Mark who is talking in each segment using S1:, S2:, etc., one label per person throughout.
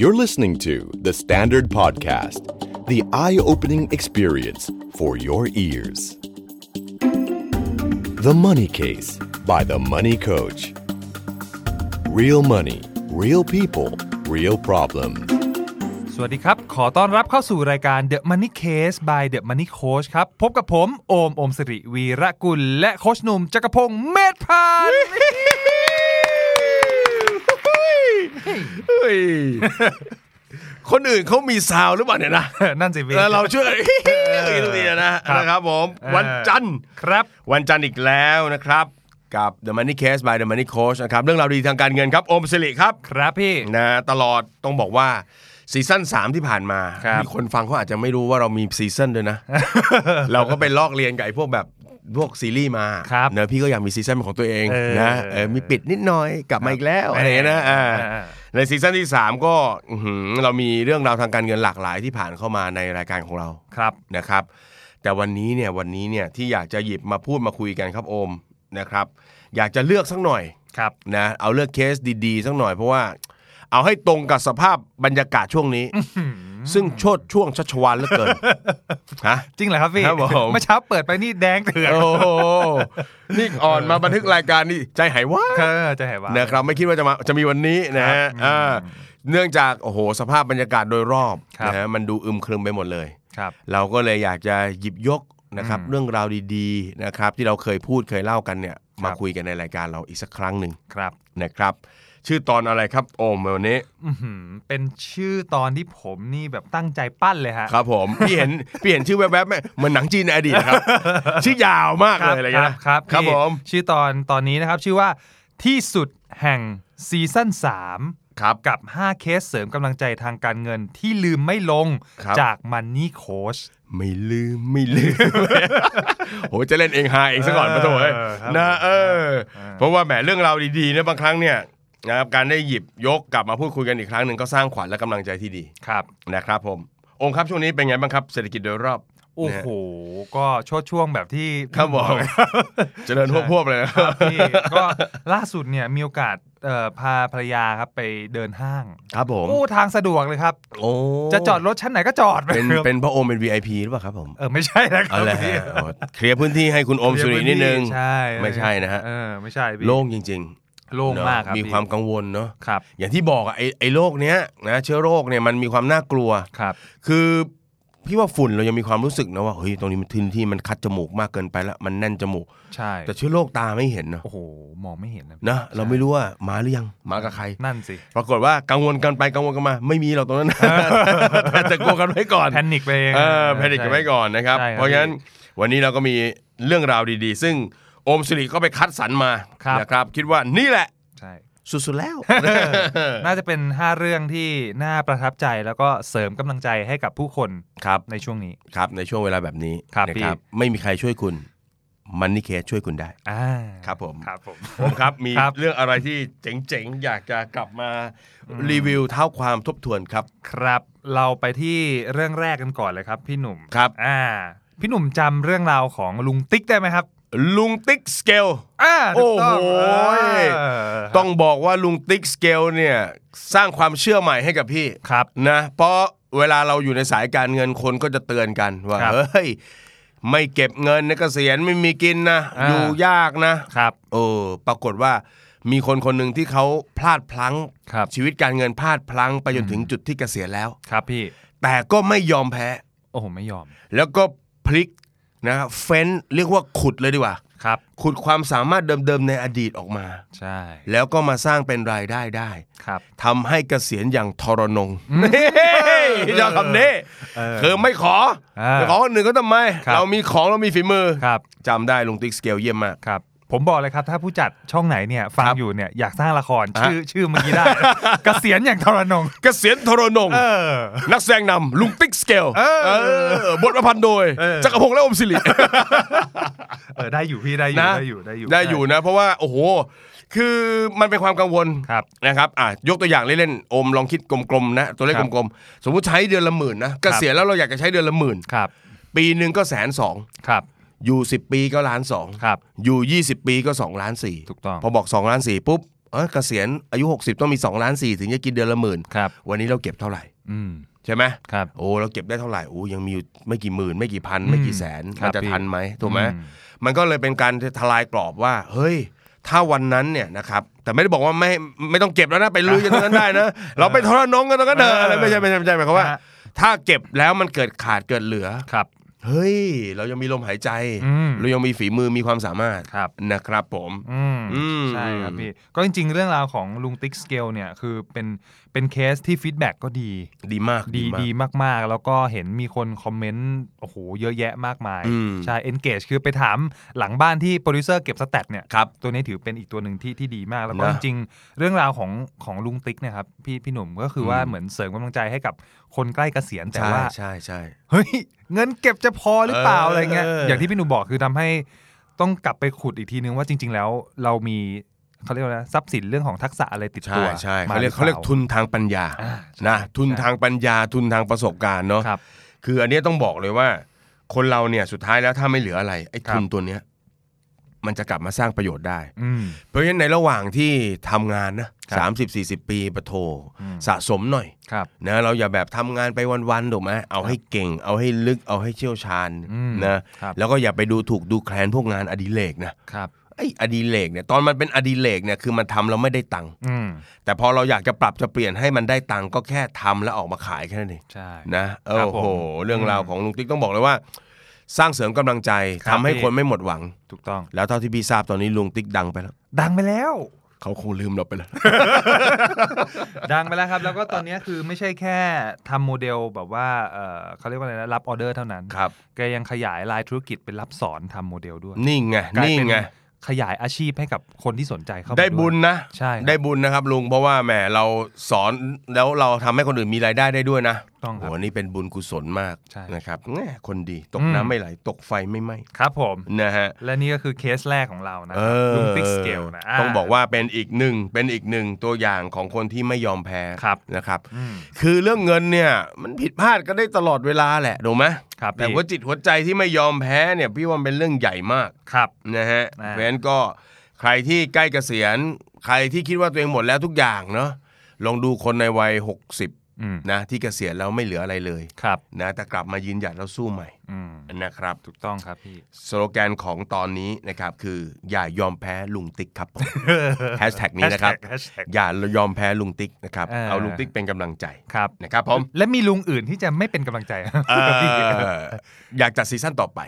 S1: You're listening to The Standard Podcast, the eye opening experience for your ears. The Money Case by The Money Coach. Real money, real people, real problem.
S2: สวัสดีครับ ขอต้อนรับเข้าสู่รายการ The Money Case by The Money Coach ครับ พบกับผม โอม โอมสิริวีระกุล และโคชหนุ่มจักรพงศ์เมธพันธ์
S3: เฮ้ยคนอื่นเขามีซาวหรือเปล่าเนี่ยนะ
S2: นั่นสิเว
S3: แล้วเราช่วยกัน เฮ้ยเรียนนะ
S2: ครั
S3: นะ
S2: บ
S3: ครับผม วันจันทร์
S2: ครับ
S3: วันจันทร์อีกแล้วนะครับ กับ The Money Case by The Money Coach นะครับ เรื่องราวดีทางการเงินครับ โอมสิริครับ
S2: ครับพี่
S3: นะตลอดต้องบอกว่าซีซั่น3 ที่ผ่านมา
S2: ครับ
S3: มีคนฟังเขาอาจจะไม่รู้ว่าเรามีซีซั่นด้วยนะ เราก็ไปลอกเรียนกับไอ้พวกแบบพวกซีรีส์มา
S2: ครับ
S3: เนอะพี่ก็อยากมีซีซั่นเป็นของตัวเอง
S2: เออ
S3: นะเออมีปิดนิดหน่อยกลับมาอีกแล้วอะไรอย่างเงี้ยนะอ่า
S2: อ่า
S3: ในซีซั่นที่ 3 ก็อื้อหือเรามีเรื่องราวทางการเงินหลากหลายที่ผ่านเข้ามาในรายการของเรา
S2: ครับ
S3: นะครับ แต่วันนี้เนี่ยวันนี้เนี่ยที่อยากจะหยิบมาพูดมาคุยกันครับโอมนะครับ อยากจะเลือกสักหน่อย
S2: ครับ
S3: นะเอาเลือกเคสดีๆสักหน่อยเพราะว่า เอาให้ตรงกับสภาพบรรยากาศช่วงนี้ ซึ่งโชดช่วงชัชวานเหลือเกิน ฮะ
S2: จริงเหรอครับพี่
S3: ครับผม
S2: เมื่อเช้าเปิดไปนี่แดงเถือก
S3: โอ้โหนี่อ่อนมาบันทึกรายการนี่ใจหายว่าบ
S2: เออจะเห็นว่า
S3: นะครับไม่คิดว่าจะมาจะมีวันนี้นะฮะอ่าเนื่องจากโอ้โหสภาพบรรยากาศโดยรอบ
S2: ครับ
S3: นะฮะมันดูอึมครึมไปหมดเลย
S2: ครับ
S3: เราก็เลยอยากจะหยิบยกนะครับเรื่องราวดีๆนะครับที่เราเคยพูดเคยเล่ากันเนี่ยมา
S2: ครับ
S3: คุยกันในรายการเราอีกสักครั้งหนึ่ง
S2: ครับ
S3: นะครับ ชื่อตอนอะไรครับโอมวันนี้
S2: อื้อหือเป็นชื่อตอนที่ผมนี่แบบตั้งใจปั้นเลยฮะ
S3: ครับผม พี่เห็น พี่เห็นชื่อแวบๆไหมเหมันหนังจีนในอดีต นะครับ ชื่อยาวมากเลยอะไร
S2: ค
S3: เงี้
S2: รับ
S3: ยนะครับ ครับ
S2: พี่
S3: ผม
S2: ชื่อตอนตอนนี้นะครับ ชื่อว่าที่สุดแห่งซีซั่น3
S3: ครับ
S2: กับ 5 เคสเสริมกำลังใจทางการเงินที่ลืมไม่ลง
S3: ครับ
S2: จากมันนี่โค้ช
S3: ไม่ลืมไม่ลืม โหจะ เล่นเองหาเองซะก่อน
S2: เออ
S3: มาโถเอ้ย
S2: ครับ
S3: นะเออ
S2: เออ
S3: เพราะว่าแหมเรื่องราวดีๆเนี่ยบางครั้งเนี่ยนะครับการได้หยิบยกกลับมาพูดคุยกันอีกครั้งหนึ่งก็สร้างขวัญและกำลังใจที่ดี
S2: ครับ
S3: นะครับผมองค์ครับช่วงนี้เป็นไงบ้างครับเศรษฐกิจโดยรอบ
S2: โอ้โห ก็โชดช่วงแบบที่
S3: ครับ ผมเจริญพวบๆเลยนะ
S2: ครับพี่ก็ล่าสุดเนี่ยมีโอกาสเอ่อพาภรรยาครับไปเดินห้าง
S3: ครับผม
S2: โอ้ทางสะดวกเลยครับ
S3: โอ้
S2: จะจอดรถชั้นไหนก็จอด
S3: เป็น
S2: ครับ
S3: เป็นพระโอมเป็น VIP หรือเปล่าครับผม
S2: เออไม่ใช่นะค
S3: เอา
S2: รับ
S3: ละ
S2: พี่
S3: ฮะอ๋อเคลียร์พื้นที่ให้คุณโอมสุรินิดนึง
S2: ใช่
S3: ไม่ใช่นะฮะ
S2: เออไม่ใช่พี่
S3: โล่งจริง
S2: โล่
S3: ๆ
S2: ง
S3: เนอะ
S2: มากครับ
S3: มี
S2: พี่
S3: ความกังวลเนาะ
S2: ครับ
S3: อย่างที่บอกอะไอ้ไอ้โรคเนี้ยนะเชื้อโรคเนี่ยมันมีความน่ากลัว
S2: ครับ
S3: คือพี่ว่าฝุ่นเรายังมีความรู้สึกนะว่าเฮ้ยตรงนี้มันทึนที่มันคัดจมูกมากเกินไปละมันแน่นจมูก
S2: ใช่
S3: แต่เชื้อโรคตาไม่เห็นเนาะ
S2: โอ้โห มองไม่เห็นนะ
S3: นะเราไม่รู้ว่ามาหรือยังมากับใคร
S2: นั่นสิ
S3: ปรากฏว่ากังวลกันไปกังวลกันมา ไม่มีเราตรงนั้นนะ แต่แต่กลัวกันไว้ก่อน
S2: แพนิคไปเอง
S3: เออแพนิคกันไว้
S2: ใช่
S3: ก่อนนะครับ
S2: ใช่ครับ
S3: เพราะฉะนั้นวันนี้เราก็มีเรื่องราวดีๆ ซึ่งโอมสิริก็ไปคัดสรรมา
S2: ครับ
S3: นะครับ คิดว่านี่แหละ
S2: ใช่
S3: สุดๆแล้ว
S2: น่าจะเป็น 5 เรื่องที่น่าประทับใจแล้วก็เสริมกำลังใจให้กับผู้คน
S3: ครับ
S2: ในช่วงนี้
S3: ครับในช่วงเวลาแบบนี้
S2: ครับ
S3: นะ
S2: พี่
S3: ไม่มีใครช่วยคุณมันนี่เคสช่วยคุณได้
S2: อ่า
S3: ครับผม
S2: ครับผม
S3: ผมครับ มี
S2: ครับ
S3: เรื่องอะไรที่เจ๋งๆ อยากจะกลับมารีวิวเท้าความทบทวนครับ
S2: ครับเราไปที่เรื่องแรกกันก่อนเลยครับ พี่หนุ่ม
S3: ครับ
S2: อ่า พี่หนุ่มจำเรื่องราวของลุงติ๊กได้ไหมครับ
S3: ลุงติ๊กสเกล
S2: อ่าถูกต้ง
S3: โอ้โห
S2: เออ
S3: ต้องบอกว่าลุงติ๊กสเกลเนี่ยสร้างความเชื่อใหม่ให้กับพี่
S2: ครับ
S3: นะเพราะเวลาเราอยู่ในสายการเงินคนก็จะเตือนกันว่า
S2: ครับ
S3: เฮ้ยไม่เก็บเงินนะเกษียณไม่มีกินนะ
S2: อ่า
S3: อยู่ยากนะ
S2: ครับ
S3: เออปรากฏว่ามีคนคนหนึ่งที่เขาพลาดพลั้ง
S2: ครับ
S3: ชีวิตการเงินพลาดพลั้งไปจนถึงจุดที่เกษียณแล้ว
S2: ครับพี่
S3: แต่ก็ไม่ยอมแพ้
S2: โอ้โหไม่ยอม
S3: แล้วก็พลิกนะเฟ้นเรียกว่าขุดเลยดีกว่า
S2: ครับ
S3: ขุดความสามารถเดิมๆในอดีตออกมา
S2: ใช่
S3: แล้วก็มาสร้างเป็นรายได้ได้
S2: ครับ
S3: ทำให้เกษียณอย่างทรนงเฮ้ยยอดคำนี้คือไม่ขอ
S2: เออ
S3: ไม่ขอคนอื่นก็ทำไม
S2: ครับ
S3: เรามีของเรามีฝีมือ
S2: ครับ
S3: จำได้ลุงติ๊กสเกลเยี่ยมมาก
S2: ครับ ผมบอกเลยครับ ถ้าผู้จัดช่องไหนเนี่ย ฟัง
S3: ครับ
S2: อยู่เนี่ย อยากสร้างละคร
S3: ฮะ
S2: ชื่อชื่อเมื่อ กี้ได้ เกษียณอย่างทรนง
S3: เกษียณทรนง
S2: เออ
S3: นักแสดงนำลุงติ๊กสเกล
S2: เออ
S3: เออบทประพันธ์โดย
S2: เออ
S3: จักรพงษ์และอมศิริ
S2: เออ ได้อยู่พี่ได้อยู่
S3: นะ
S2: ได้อยู่ได้อยู่
S3: ได้อยู่นะ เพราะว่าโอ้โห คือมันเป็นความกังวล
S2: ครับ
S3: นะครับอ่ะยกตัวอย่างเล่นๆอมลองคิดกลมๆนะ ตัวเลข
S2: ครั
S3: ก
S2: บ
S3: ลมๆ สมมุติใช้เดือนละหมื่นนะเกษียณแล้วเราอยากจะใช้เดือนละหมื่น
S2: ครับ
S3: ปีหนึ่งก็แสนสอง
S2: ครับ
S3: อยู่ 10 ปีก็ล้านสอง
S2: ครับ
S3: อยู่ 20 ปีก็2ล้านสี่
S2: ถูกต้อง
S3: พอบอก2ล้านสี่ปุ๊บ เออเกษียณอายุ 60 ต้องมี 2 ล้าน 4 ถึงจะกินเดือนละหมื่น
S2: ครับ
S3: วันนี้เราเก็บเท่าไหร่
S2: อืม
S3: ใช่ไหม
S2: ครับ
S3: โอ้เราเก็บได้เท่าไหร่โอ้ยังมีอยู่ไม่กี่หมื่น ไม่กี่พัน ไม่กี่แสน
S2: ครั
S3: มั
S2: บ
S3: นจะ
S2: พี่
S3: ทันไหมถูกไหม
S2: อืม
S3: มันก็เลยเป็นการทลายกรอบว่า เฮ้ย ถ้าวันนั้นเนี่ยนะครับ แต่ไม่ได้บอกว่าไม่ไม่ต้องเก็บแล้วนะไปลุยกันตรงนั้นได้นะ เราไปทรนงกันตรงนั้นเถอะอะไรไม่ใช่ไม่ใช่ไม่ใช่หมายความว่า ถ้าเก็บแล้วมันเกิดขาดเกิดเหลือ
S2: ครับ
S3: เฮ้ย เรายังมีลมหายใจ
S2: อืม
S3: เรายังมีฝีมือมีความสามารถ
S2: ครับ
S3: นะครับผม
S2: อืม
S3: อืม
S2: ใช่ครับพี่ ก็จริง ๆ เรื่องราวของลุงติ๊กสเกลเนี่ยคือเป็นเป็นเคสที่ฟีดแบ็กก็ดี
S3: ดีมาก
S2: ดี
S3: มาก
S2: ดีมากๆ แล้วก็เห็นมีคนคอมเมนต์โอ้โหเยอะแยะมากมาย
S3: อืม
S2: ใช่ engage คือไปถามหลังบ้านที่โปรดิวเซอร์เก็บสแตทเนี่ย
S3: ครับ
S2: ตัวนี้ถือเป็นอีกตัวหนึ่งที่ที่ดีมาก แล้วก็
S3: นะ
S2: จริงๆเรื่องราวของของลุงติ๊กเนะครับพี่พี่หนุ่มก็คือว่า
S3: อืม
S2: เหมือนเสริมกำลังใจให้กับคนใกล้เกษียณแต่
S3: ใช่
S2: ว่า
S3: ใช่ใช่
S2: เฮ้ย เงินเก็บจะพอหรือเปล่า
S3: เอออ
S2: อะไรเงี้ย
S3: เออ
S2: อย่างที่พี่หนุ่มบอกคือทำให้ต้องกลับไปขุดอีกทีนึงว่าจริง ๆ แล้วเรามีเขาเรียกว่าอะไรนะทรัพย์สินเรื่องของทักษะอะไรติด
S3: ใช่
S2: ตัว
S3: ใช่
S2: ม
S3: เขาเรียก
S2: หอปล่
S3: เขาเรียกทุนทางปัญญา
S2: อ่า
S3: นะทุนทางปัญญาทุนทางประสบการณ์เนาะ
S2: ครับ
S3: คืออันเนี้ยต้องบอกเลยว่า คนเราเนี่ยสุดท้ายแล้วถ้าไม่เหลืออะไรไอ้ทุนตัวเนี้ยมันจะกลับมาสร้างประโยชน์ได้
S2: อืม
S3: เพราะฉะนั้นในระหว่างที่ทำงานนะครับ สามสิบสี่สิบปีปะโทสะสมหน่อย
S2: ครับ
S3: นะเราอย่าแบบทำงานไปวันๆถูกไหมเอาให้เก่ง เอาให้ลึกเอาให้เชี่ยวชาญ
S2: อืม
S3: นะครับ แล้วก็อย่าไปดูถูกดูแคลนพวกงานอดิเรกนะครับ ไอ้อดิเรกเนี่ยตอนมันเป็นอดิเรกเนี่ยคือมันทำเราไม่ได้ตังค์
S2: อืม
S3: แต่พอเราอยากจะปรับจะเปลี่ยนให้มันได้ตังค์ก็แค่ทำแล้วออกมาขายแค่นั้นเอง
S2: ใช่
S3: นะโอ้
S2: ครับผม
S3: โห เรื่องราวของลุงติ๊กต้องบอกเลยว่า สร้างเสริมกำลังใจ
S2: ครั
S3: ทำ
S2: บ
S3: ให้
S2: พี่
S3: คนไม่หมดหวัง
S2: ถูกต้อง
S3: แล้วเท่าที่พี่ทราบตอนนี้ลุงติ๊กดังไปแล้ว
S2: ดังไปแล้ว
S3: เขาคงลืมเราไปแล้ว
S2: ดังไปแล้วครับ แล้วก็ตอนนี้คือไม่ใช่แค่ทำโมเดลแบบว่าเออเขาเรียกว่าอะไรนะรับออเดอร์เท่านั้น
S3: ครับ
S2: แกยังขยายรายธุรกิจเป็นรับสอนทำโมเดลด้วย
S3: นี่ไง
S2: กลาย
S3: นี่
S2: เป็น
S3: ไง
S2: ขยายอาชีพให้กับคนที่สนใจเข้ามา
S3: ได้
S2: วย
S3: บุญนะ
S2: ใช่ครับ
S3: ได้บุญนะครับลุงเพราะว่าแหมเราสอนแล้วเราทำให้คนอื่นมีรายได้ได้ด้วยนะ
S2: ต้องครับ
S3: โอ้โหนี่เป็นบุญกุศลมาก
S2: ใช่
S3: นะครับแหม่คนดีต
S2: อื
S3: ก
S2: ม
S3: น้ำไม่ไหลตกไฟไม่ไหม้
S2: ครับผม
S3: นะฮะ
S2: และนี่ก็คือเคสแรกของเรานะ
S3: เอ
S2: ครับ
S3: อ
S2: ลุงติ๊กสเกลนะ
S3: ต้องบอกว่าเป็นอีกหนึ่งเป็นอีกหนึ่งตัวอย่างของคนที่ไม่ยอมแพ้
S2: ครับ
S3: นะครับ
S2: อืม
S3: คือเรื่องเงินเนี่ยมันผิดพลาดก็ได้ตลอดเวลาแหละถูกไหม
S2: ครับพี่
S3: แต่หัวจิตหัวใจที่ไม่ยอมแพ้เนี่ยพี่ว่ามันเป็นเรื่องใหญ่มาก
S2: ครับ
S3: นะฮะ
S2: อ่า
S3: เพราะฉะนั้นก็ใครที่ใกล้เกษียณ ใครที่คิดว่าตัวเองหมดแล้วทุกอย่างเนาะลองดูคนในวัย 60
S2: อืม
S3: นะที่เกษียณแล้วไม่เหลืออะไรเลย
S2: ครับ
S3: นะแต่กลับมายืนหยัดแล้วสู้ใหม่
S2: อืม
S3: นะครับ
S2: ถูกต้องครับพี่
S3: สโลแกนของตอนนี้นะครับคืออย่ายอมแพ้ลุงติ๊ก ครับผม แฮชแท็กนี้นะครับ
S2: Hashtag Hashtag
S3: อย่ายอมแพ้ลุงติ๊กนะครับ
S2: เออ
S3: เอาลุงติ๊กเป็นกำลังใจ
S2: ครับ
S3: นะครับผม
S2: และมีลุงอื่นที่จะไม่เป็นกำลังใจ
S3: เอ่ออยากจัดซีซั่นต่อไป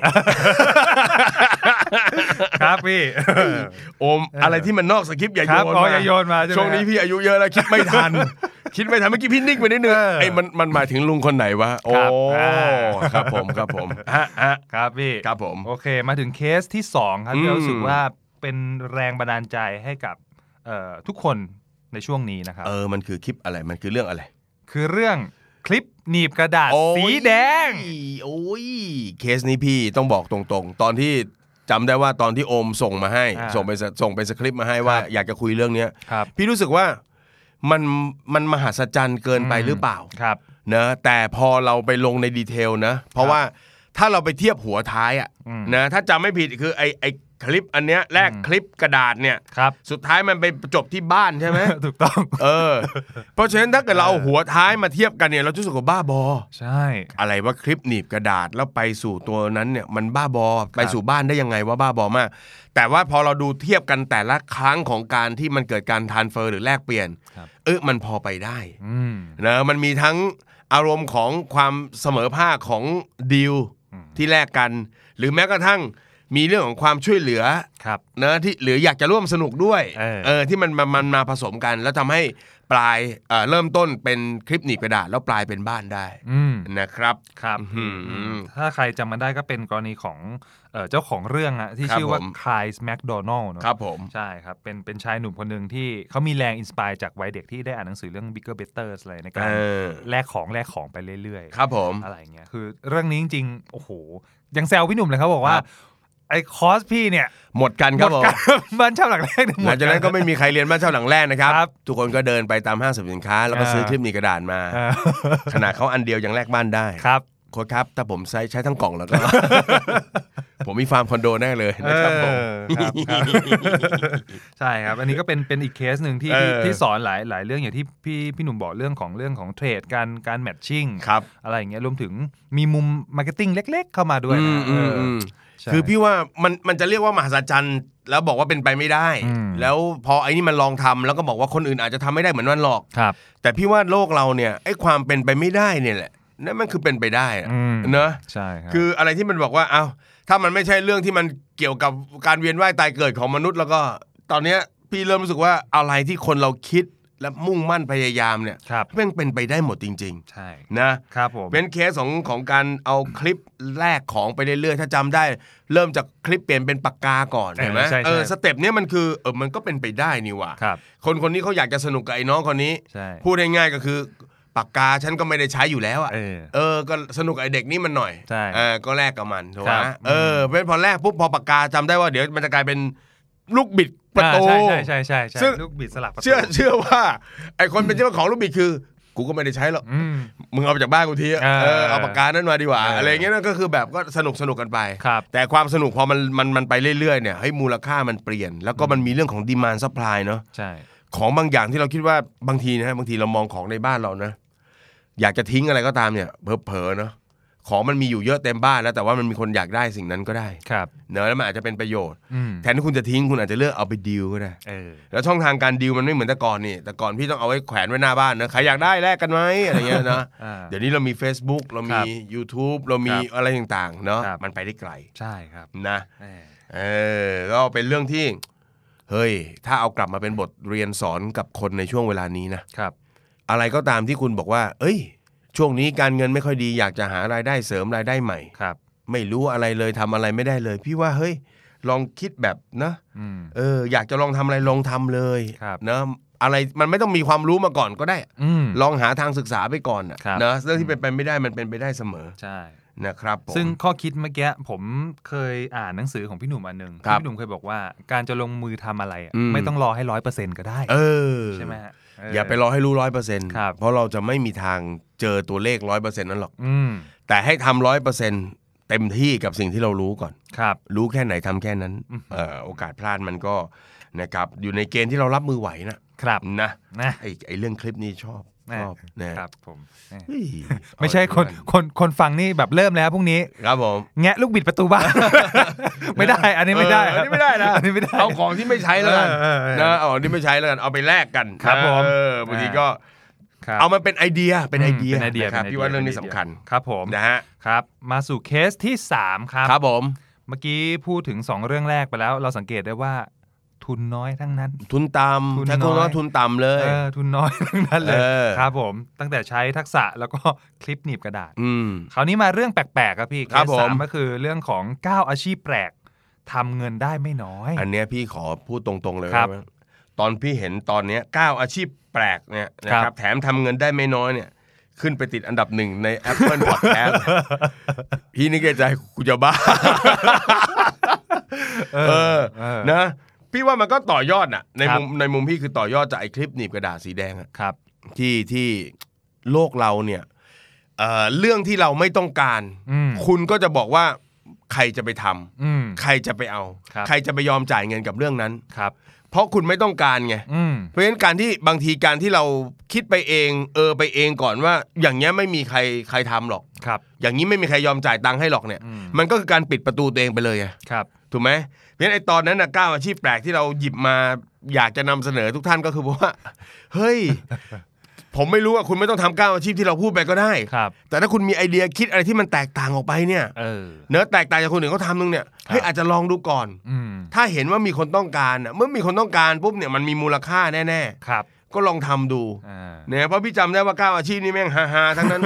S2: ครับ พี่
S3: โอมอะไรที่มันนอกสคริปต์อย่า
S2: ค
S3: โย
S2: รับ
S3: น
S2: อ๋อ
S3: มา
S2: อย่าโยนมาใช่ไหม
S3: ช่วงนี้พี่อายุเยอะแล้วคิดไม่ทัน คิดไม่ทันเมื่อกี้พี่นิ่งไปนิดนึงไอ้ยมันมันหมายถึงลุงคนไหนวะโอ้
S2: ครับอ่า
S3: ครับผมครับผมฮะฮะ
S2: ครับพี่
S3: ครับผม
S2: โอเค มาถึงเคสที่ 2 ครับที่
S3: อืม
S2: เรารู้สึกว่าเป็นแรงบันดาลใจให้กับเอ่อทุกคนในช่วงนี้นะครับ
S3: เออมันคือคลิปอะไรมันคือเรื่องอะไร
S2: คือเรื่องคลิปหนีบกระดาษ
S3: โอ้ย
S2: สีแดง
S3: โอ้ย เคสนี้พี่ต้องบอกตรงๆ ตอนที่จำได้ว่าตอนที่โอมส่งมาให้
S2: อ่า
S3: ส่งไปนสส่งไปนสคริปต์มาให้ว่า
S2: ครับ
S3: อยากจะคุยเรื่องเนี้ย
S2: ครับ
S3: พี่รู้สึกว่ามันมันมหัศจรรย์เกินไปหรือเปล่า
S2: ครับ
S3: นะแต่พอเราไปลงในดีเทลนะ เพราะว่าถ้าเราไปเทียบหัวท้ายอะ
S2: อืม
S3: นะถ้าจำไม่ผิดคือไอไอคลิปอันเนี้ยแรกคลิปกระดาษเนี่ย
S2: ครับ
S3: สุดท้ายมันไปจบที่บ้านใช่ไห ม
S2: ถูกต้อง
S3: เออ เพราะฉะนั้นถ้าเกิดเราเอาหัวท้ายมาเทียบกันเนี่ยเราจะรู้สึกว่าบ้าบอ
S2: ใช่
S3: อะไรว่าคลิปหนีบกระดาษแล้วไปสู่ตัวนั้นเนี่ยมันบ้าบอไปสู่บ้านได้ยังไงว่าบ้าบอมาก แต่ว่าพอเราดูเทียบกันแต่ละครั้งของการที่มันเกิดการทานเฟอร์หรือแลกเปลี่ยน เออมันพอไปได้
S2: อืม
S3: นะมันมีทั้งอารมณ์ของความเสมอภาคของดีลที่แลกกัน หรือแม้กระทั่งมีเรื่องของความช่วยเหลือ
S2: ครับ
S3: นะที่หรืออยากจะร่วมสนุกด้วย
S2: เออ
S3: ที่มันมันมันมาผสมกัน แล้วทำให้ปลายเอ่อเริ่มต้นเป็นคลิปหนีบกระดาษแล้วปลายเป็นบ้านได้
S2: อืม
S3: นะครับ
S2: ครับ
S3: อื้อหือ
S2: ถ้าใครจำมันได้ก็เป็นกรณีของเอ่อเจ้าของเรื่องอะที่
S3: ครับ
S2: ชื่อว่า
S3: ผม
S2: คลายส์แมคโดนัลล์เนอะ
S3: ครับผม
S2: ใช่ครับ เป็นเป็นชายหนุ่มคนหนึ่งที่เขามีแรงอินสปายจากวัยเด็กที่ได้อ่านหนังสือเรื่อง Bigger Better อะไรในการ
S3: เออ
S2: แลกของแลกของไปเรื่อยๆ
S3: ครับผม
S2: อะไรอย่างเงี้ยคือเรื่องนี้จริงๆ โอ้โห ยังแซวพี่หนุ่มเลยครับบอกว่า
S3: ครับ
S2: ไอ้คอร์สพี่เนี่ย
S3: หมดกันครับผม
S2: กัน บ้านเช่าหลังแรกเนี่ยหม
S3: หลั
S2: ด
S3: งจากนั้นก็ไม่มีใครเรียนบ้านเช่าหลังแรกนะครับ
S2: ครับ
S3: ทุกคนก็เดินไปตามห้างสรรพสินค้า แล้วก็
S2: เออ
S3: ซื้อคลิปหนีกระดาษมา
S2: เออ
S3: ขนาดเขาอันเดียวยังแลกบ้านได้
S2: ครับ
S3: โค้ชครับ แต่ผมใช้ใช้ทั้งกล่องแล้วก็ ผมมีฟาร์มคอนโดแน่เลยนะครับผม
S2: เออครับครับใช่ครับ อันนี้ก็เป็นเป็นอีกเคสหนึ่งที่
S3: เออ
S2: ที่ที่สอนหลายหลายเรื่องอย่างที่พี่พี่หนุ่มบอกเรื่องของเรื่องของเทรดการการแมทชิ่ง
S3: ครับ
S2: อะไรอย่างเงี้ยรวมถึงมีมุมมาร์เก็ตติ้งเล็ก ๆ เข้ามาด้วยนะ
S3: อืมอืมอืม
S2: ใช่
S3: คือพี่ว่ามันมันจะเรียกว่ามหัศจรรย์แล้วบอกว่าเป็นไปไม่ได้
S2: อืม
S3: แล้วพอไอ้นี่มันลองทำแล้วก็บอกว่าคนอื่นอาจจะทำไม่ได้เหมือนมันหรอก
S2: ครับ
S3: แต่พี่ว่าโลกเราเนี่ยไอ้ความเป็นไปไม่ได้เนี่ยแหละนั่นมันคือเป็นไปได้อะ
S2: อืม
S3: เนอะ
S2: ใช่ครับ
S3: คืออะไรที่มันบอกว่าเอ้าถ้ามันไม่ใช่เรื่องที่มันเกี่ยวกับการเวียนว่ายตายเกิดของมนุษย์แล้วก็ ตอนเนี้ยพี่เริ่มรู้สึกว่าอะไรที่คนเราคิดและมุ่งมั่นพยายามเนี่ย
S2: ครับ
S3: แม่งเป็นไปได้หมดจริง
S2: ใช่
S3: ๆ นะ
S2: ครับผม
S3: เป็นเคสของของการเอาคลิปแรกของไปเรื่อยๆ ถ้าจำได้ เริ่มจากคลิปเปลี่ยนเป็นปากกาก่อนเห็นไหม
S2: ใช่ใช่
S3: เออสเต็ปเนี้ยมันคือเออมันก็เป็นไปได้นี่หว่า
S2: ครับ
S3: คนคนนี้เขาอยากจะสนุกกับไอ้น้องคนนี้
S2: ใช่
S3: พูดง่ายๆก็คือปากกาฉันก็ไม่ได้ใช้อยู่แล้วอ่ะ
S2: เออ
S3: เออก็สนุกกับไอเด็กนี่มันหน่อย
S2: ใช่
S3: เออก็แลกกับมันถูก
S2: ค
S3: ไห
S2: รั
S3: ม
S2: บ
S3: เออเพราะฉะนั้นพอแลกปุ๊บพอปากกาจำได้ว่าเดี๋ยวมันจะกลายเป็นลูกบิดประตู
S2: าใช่ใช่ใช่ใช่
S3: ซึ่ง
S2: ลูกบิดสลักประตู
S3: เชื่อเชื่อว่าไอคนเป็นเจ้าของลูกบิดคือ กูก็ไม่ได้ใช้หรอก
S2: อืม
S3: มึงเอาไปจากบ้านกูทีอะ
S2: เออ
S3: เออเอาปากกานั้นมาดีกว่า
S2: เอออ
S3: อะไรเงี้ยนั่นก็คือแบบก็สนุกสนุกกันไป
S2: ครับ
S3: แต่ความสนุกพอมันมันมันไปเรื่อยๆเนี่ยให้มูลค่ามันเปลี่ยน แล้วก็มันมีเรื่องของดีมานซัพพลายเนาะ
S2: ใช่
S3: ของบางอย่างที่เราคิดว่าบางทีนะฮะบางทีเรามองของในบ้านเรานะ อยากจะทิ้งอะไรก็ตามเนี่ยเผลอๆเนาะของมันมีอยู่เยอะเต็มบ้านแล้วแต่ว่ามันมีคนอยากได้สิ่งนั้นก็ได้
S2: ครับ
S3: เนอะแล้วมันอาจจะเป็นประโยชน์
S2: อืม
S3: แทนที่คุณจะทิ้งคุณอาจจะเลือกเอาไปดีลก็ได้
S2: เออ
S3: แล้วช่องทางการดีลมันไม่เหมือนแต่ก่อนนี่แต่ก่อนพี่ต้องเอาไว้แขวนไว้หน้าบ้านนะใครอยากได้แลกกันไหมอะไรเงี้ยนะ
S2: อ่า
S3: เดี๋ยวนี้เรามี Facebook เรา
S2: ค
S3: มี
S2: รับ
S3: YouTube เรามี
S2: ครับ
S3: อะไรต่างๆ เนาะ
S2: ครับ
S3: มันไปได้ไกล
S2: ใช่ครับ
S3: นะ
S2: เออ
S3: เออก็เป็นเรื่องที่ เฮ้ย ถ้าเอากลับมาเป็นบทเรียนสอนกับคนในช่วงเวลานี้นะ
S2: ครับ
S3: อะไรก็ตามที่คุณบอกว่า เอ้ย ช่วงนี้การเงินไม่ค่อยดีอยากจะหารายได้เสริมรายได้ใหม่
S2: ครับ
S3: ไม่รู้อะไรเลยทำอะไรไม่ได้เลย พี่ว่าเฮ้ย ลองคิดแบบนะ
S2: อืม
S3: เออ อยากจะลองทำอะไรลองทำเลย
S2: ครับ
S3: เนอะอะไรมันไม่ต้องมีความรู้มาก่อนก็ได้
S2: อืม
S3: ลองหาทางศึกษาไปก่อนนะครับ เนอะเรื่องที่เป็นไปไม่ได้มันเป็นไปได้เสมอ
S2: ใช่
S3: นะครับผม
S2: ซึ่งข้อคิดเมื่อกี้ผมเคยอ่านหนังสือของพี่หนุ่มอันหนึ่ง
S3: ครับ
S2: ที่พี่หนุ่มเคยบอกว่าการจะลงมือทำอะไรอะ
S3: อืม
S2: ไม่ต้องรอให้ร้อยเปอร์เซ็นต์ก็ได้
S3: เออ
S2: ใช่ไหมฮะเ
S3: อย่าไปรอให้รู้ร้อยเปอร์เซ็นต์
S2: ครับ
S3: เพราะเราจะไม่มีทางเจอตัวเลขร้อยเปอร์เซ็นต์นั้นหรอก
S2: อืม
S3: แต่ให้ทำร้อยเปอร์เซ็นต์เต็มที่กับสิ่งที่เรารู้ก่อน
S2: ครับ
S3: รู้แค่ไหนทำแค่นั้น
S2: อืม
S3: เอ่อโอกาสพลาดมันก็นะครับอยู่ในเกณฑ์ที่เรารับมือไหวนะครับ นะ
S2: นะ
S3: ไอ้ไอ้เรื่องคลิปนี้ชอบ
S2: นะ
S3: ชอบนะครับ
S2: ผมนะ
S3: เฮ้ย
S2: ไม่ใช่คนคนคนฟังนี่แบบเริ่มแล้วพรุ่งนี้
S3: ครับผม
S2: แงะลูกบิดประตูบ้าน ไม่ได้ อันนี้ไม่ได้
S3: เอออันนี้ไม่ได้นะ
S2: อันนี้ไม่ได้
S3: เอาของที่ไม่ใช้แล้วกัน
S2: เออเออเออ
S3: นะเอาของที่ไม่ใช้แล้วกันเอาไปแลกกัน
S2: ครับผม
S3: เออบางทีก็
S2: ครับ
S3: เอามันเป็นไอเดียเป็นไอเดีย
S2: เป็นไอเดีย
S3: นะครับ
S2: ป็ไดีย
S3: พี่ว่าเรื่องนี้สำคัญ
S2: ครับผม
S3: นะฮะ
S2: ครับ มาสู่เคสที่ 3 ครับ
S3: ครับผม
S2: เมื่อกี้พูดถึง 2 เรื่องแรกไปแล้ว เราสังเกตได้ว่าทุนน้อยทั้งนั้น
S3: ทุนต่ำ
S2: ทุ
S3: ใช้
S2: นน้อย
S3: คำว่าทุนต่ำเลย
S2: เออทุนน้อยทั้งนั้นเลย
S3: เออ
S2: ครับผมตั้งแต่ใช้ทักษะแล้วก็คลิปหนีบกระดาษ
S3: อืม
S2: คราวนี้มาเรื่องแปลกๆครับพี่เค
S3: ครับ
S2: ส
S3: ผม
S2: สามก็คือเรื่องของ 9 อาชีพแปลกทำเงินได้ไม่น้อย
S3: อันเนี้ยพี่ขอพูดตรงๆเลย
S2: ครับ
S3: ว่าตอนพี่เห็นตอนเนี้ยเก้าอาชีพแปลกเนี่ยนะ
S2: ค
S3: ค
S2: รั
S3: รับ บแถมทำเงินได้ไม่น้อยเนี่ย ขึ้นไปติดอันดับหนึ่งใน Apple Podcast พี่นึกในใจกูจะบ้า
S2: เอ
S3: เอ
S2: อ
S3: อ
S2: เออ
S3: นะพี่ว่ามันก็ต่อยอดน่ะใน
S2: ครับ
S3: มุมในมุมพี่คือต่อยอดจากไอ้คลิปหนีบกระดาษสีแดงอะ
S2: ครับ
S3: ที่ที่โลกเราเนี่ยเอ่อเรื่องที่เราไม่ต้องการ
S2: อืม
S3: คุณก็จะบอกว่าใครจะไปทำ
S2: อืม
S3: ใครจะไปเอา
S2: ครับ
S3: ใครจะไปยอมจ่ายเงินกับเรื่องนั้น
S2: ครับ
S3: เพราะคุณไม่ต้องการไง
S2: อืม
S3: เพราะฉะนั้นการที่บางทีการที่เราคิดไปเอง เออไปเองก่อนว่า อย่างเงี้ยไม่มีใครใครทำหรอก
S2: ครับ
S3: อย่างนี้ไม่มีใครยอมจ่ายตังค์ให้หรอกเนี่ย
S2: อืม
S3: มันก็คือการปิดประตูตัวเองไปเลยไง
S2: ครับ
S3: ถูกไหมเพราะฉะนั้นไอตอนนั้นนะก้าวอาชีพแปลกที่เราหยิบมาอยากจะนำเสนอทุกท่านก็คือบอกว่า เฮ้ย ผมไม่รู้ว่าคุณไม่ต้องทำก้าวอาชีพที่เราพูดไปก็ได้
S2: ครับ
S3: แต่ถ้าคุณมีไอเดียคิดอะไรที่มันแตกต่างออกไปเนี่ย
S2: เออ
S3: เนื้อะแตกต่างจากคนอื่นเขาทำนึงเนี่ยเฮ้ยอาจจะลองดูก่อน
S2: อืม
S3: ถ้าเห็นว่ามีคนต้องการน่ะเมื่อมีคนต้องการปุ๊บเนี่ยมันมีมูลค่าแน่
S2: ครับ
S3: ๆ ก็ลองทำดู
S2: อ่า
S3: เนี่ยเพราะพี่จำได้ว่าก้าวอาชีพนี่แม่งฮาๆทั้ง นั้น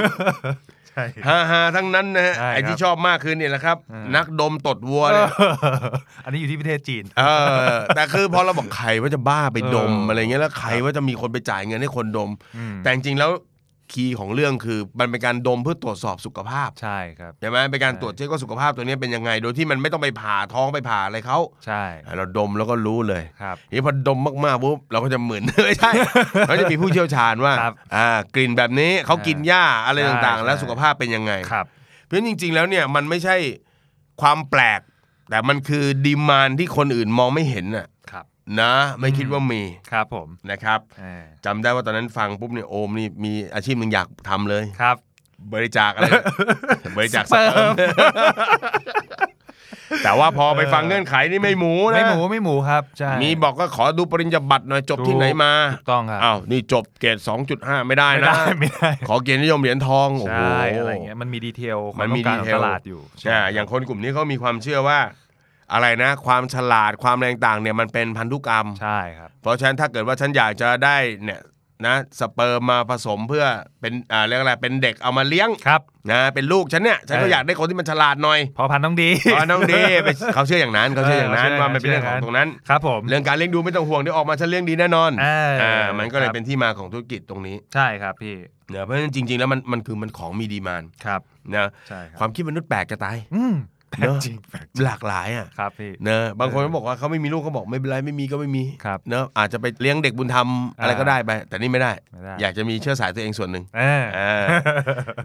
S2: ใช่
S3: ฮาๆทั้งนั้นนะฮะ
S2: ใช่ครับ
S3: ไอที่ชอบมากคือเนี่ยแหละครับ
S2: อ่านั
S3: นักดมตดวัวเนี่ย
S2: อันนี้อยู่ที่ประเทศจีน
S3: เออแต่คือพอเราบอกใครว่าจะบ้าไปดม
S2: เอออ
S3: อะไรเงี้ยแล้วใครว่าจะมีคนไปจ่ายเงินให้คนดม
S2: อืม
S3: แต่จริงๆแล้วคีย์ของเรื่องคือมันเป็นการดมเพื่อตรวจสอบสุขภาพ
S2: ใช่ครับ
S3: ใช่ไหมเป็นการตรวจเช็คว่าสุขภาพตัวเนี้ยเป็นยังไง โดยที่มันไม่ต้องไปผ่าท้องไปผ่าอะไรเขา
S2: ใช่
S3: อ่ะเราดมแล้วก็รู้เลย
S2: ครับ
S3: ทีนี่พอดมมากๆปุ๊บเราก็จะเหมือน ไม่ใช่เขาจะมีผู้เชี่ยวชาญว่า
S2: ครับ
S3: อ่ากลิ่นแบบนี้เขากินหญ้าอะไร
S2: ใช่
S3: ต่าง
S2: ใช่
S3: ๆ แล้วสุขภาพเป็นยังไง
S2: ครับ
S3: เพราะฉะนั้นจริง ๆ แล้วเนี่ยมันไม่ใช่ความแปลก แต่มันคือดีมานที่คนอื่นมองไม่เห็นน่ะ
S2: ครับ
S3: นะ ไม่คิดว่ามี
S2: ครับผม
S3: นะครับ
S2: อ่า
S3: จำได้ว่าตอนนั้นฟังปุ๊บเนี่ยโอมนี่มีอาชีพหนึ่งอยากทำเลย
S2: ครับ
S3: บริจาค อะไร บริจาคส
S2: สเปิ
S3: เปิ
S2: ร์ม
S3: ร์มแต่ว่าพอไปฟังเงื่อนไขนี่ไม่หมู นะ
S2: ไม่หมูไม่หมูครับใช่
S3: มีบอกก็ขอดูปริญญาบัตรหน่อยจบที่
S2: ถูก
S3: ไหนมา
S2: ถูกต้องครับ
S3: อ้าวนี่จบเกรด2.5 ไม่ได้
S2: ไม่
S3: นะ
S2: ได้ไม่ได้
S3: ขอเกียรตินิยมเหรียญทองโอ้โห
S2: ใช่อะไรเงี้ยมันมีดีเทลของ
S3: มัน
S2: ต้อ
S3: มี
S2: งการ
S3: ดี
S2: ขอ
S3: เท
S2: ง
S3: ล
S2: ตลาดอยู่ใช่
S3: อ่าอย่างคนกลุ่มนี้เขามีความเชื่อว่า อะไรนะ ความฉลาดความแรงต่างเนี่ยมันเป็นพันธุกรรม
S2: ใช่ครับ
S3: เพราะฉะนั้นถ้าเกิดว่าฉันอยากจะได้เนี่ยนะสเปิร์มมาผสมเพื่อเป็นอ่าเรียกอะไรเป็นเด็กเอามาเลี้ยง
S2: ครับ
S3: นะเป็นลูกฉันเนี่ยฉันก็
S2: เออ
S3: อ
S2: อ
S3: ยากได้คนที่มันฉลาดหน่อย
S2: พอพันธุ์ต้องดี
S3: อ๋อน้องดีไปเขาเชื่ออย่างนั้นเขาเชื่ออย่างนั้น
S2: เออ
S3: ว่ามันเป็น
S2: เชื่
S3: เรื่
S2: อ
S3: อง
S2: อ
S3: ข
S2: ย่าง
S3: อง
S2: นั้น
S3: ตร งนั้น
S2: ครับผม
S3: เรื่องการเลี้ยงดูไม่ต้องห่วงเดี๋ยวออกมาฉันเลี้ยงดีแน่นอน
S2: เอออ่
S3: มันก็เลย
S2: ครับ
S3: เป็นที่มาของธุรกิจตรงนี้
S2: ใช่ครับพี่
S3: เนอะเพราะฉะนั้นจริง ๆ แล้วมันมันคือมันของมีดีมาน
S2: ครับ
S3: นะ
S2: ใช่ค
S3: ครับ วามคิดมนุษย์แปลกจะตาย
S2: อืม
S3: เนอะ
S2: จริงแปลก
S3: หลากหลายอ่ะ
S2: ครับพี่
S3: เนอะบางคนก็บอกว่าเขาไม่มีลูกเขาบอกไม่เป็นไรไม่มีก็ไม่มี
S2: ครับ
S3: เนอะอาจจะไปเลี้ยงเด็กบุญธรรมอะไรก็ได้ไป แต่นี่ไม่ได้
S2: ไม่ได้
S3: อยากจะมีเชื้อสายตัวเองส่วนหนึ่ง
S2: เออ
S3: เออ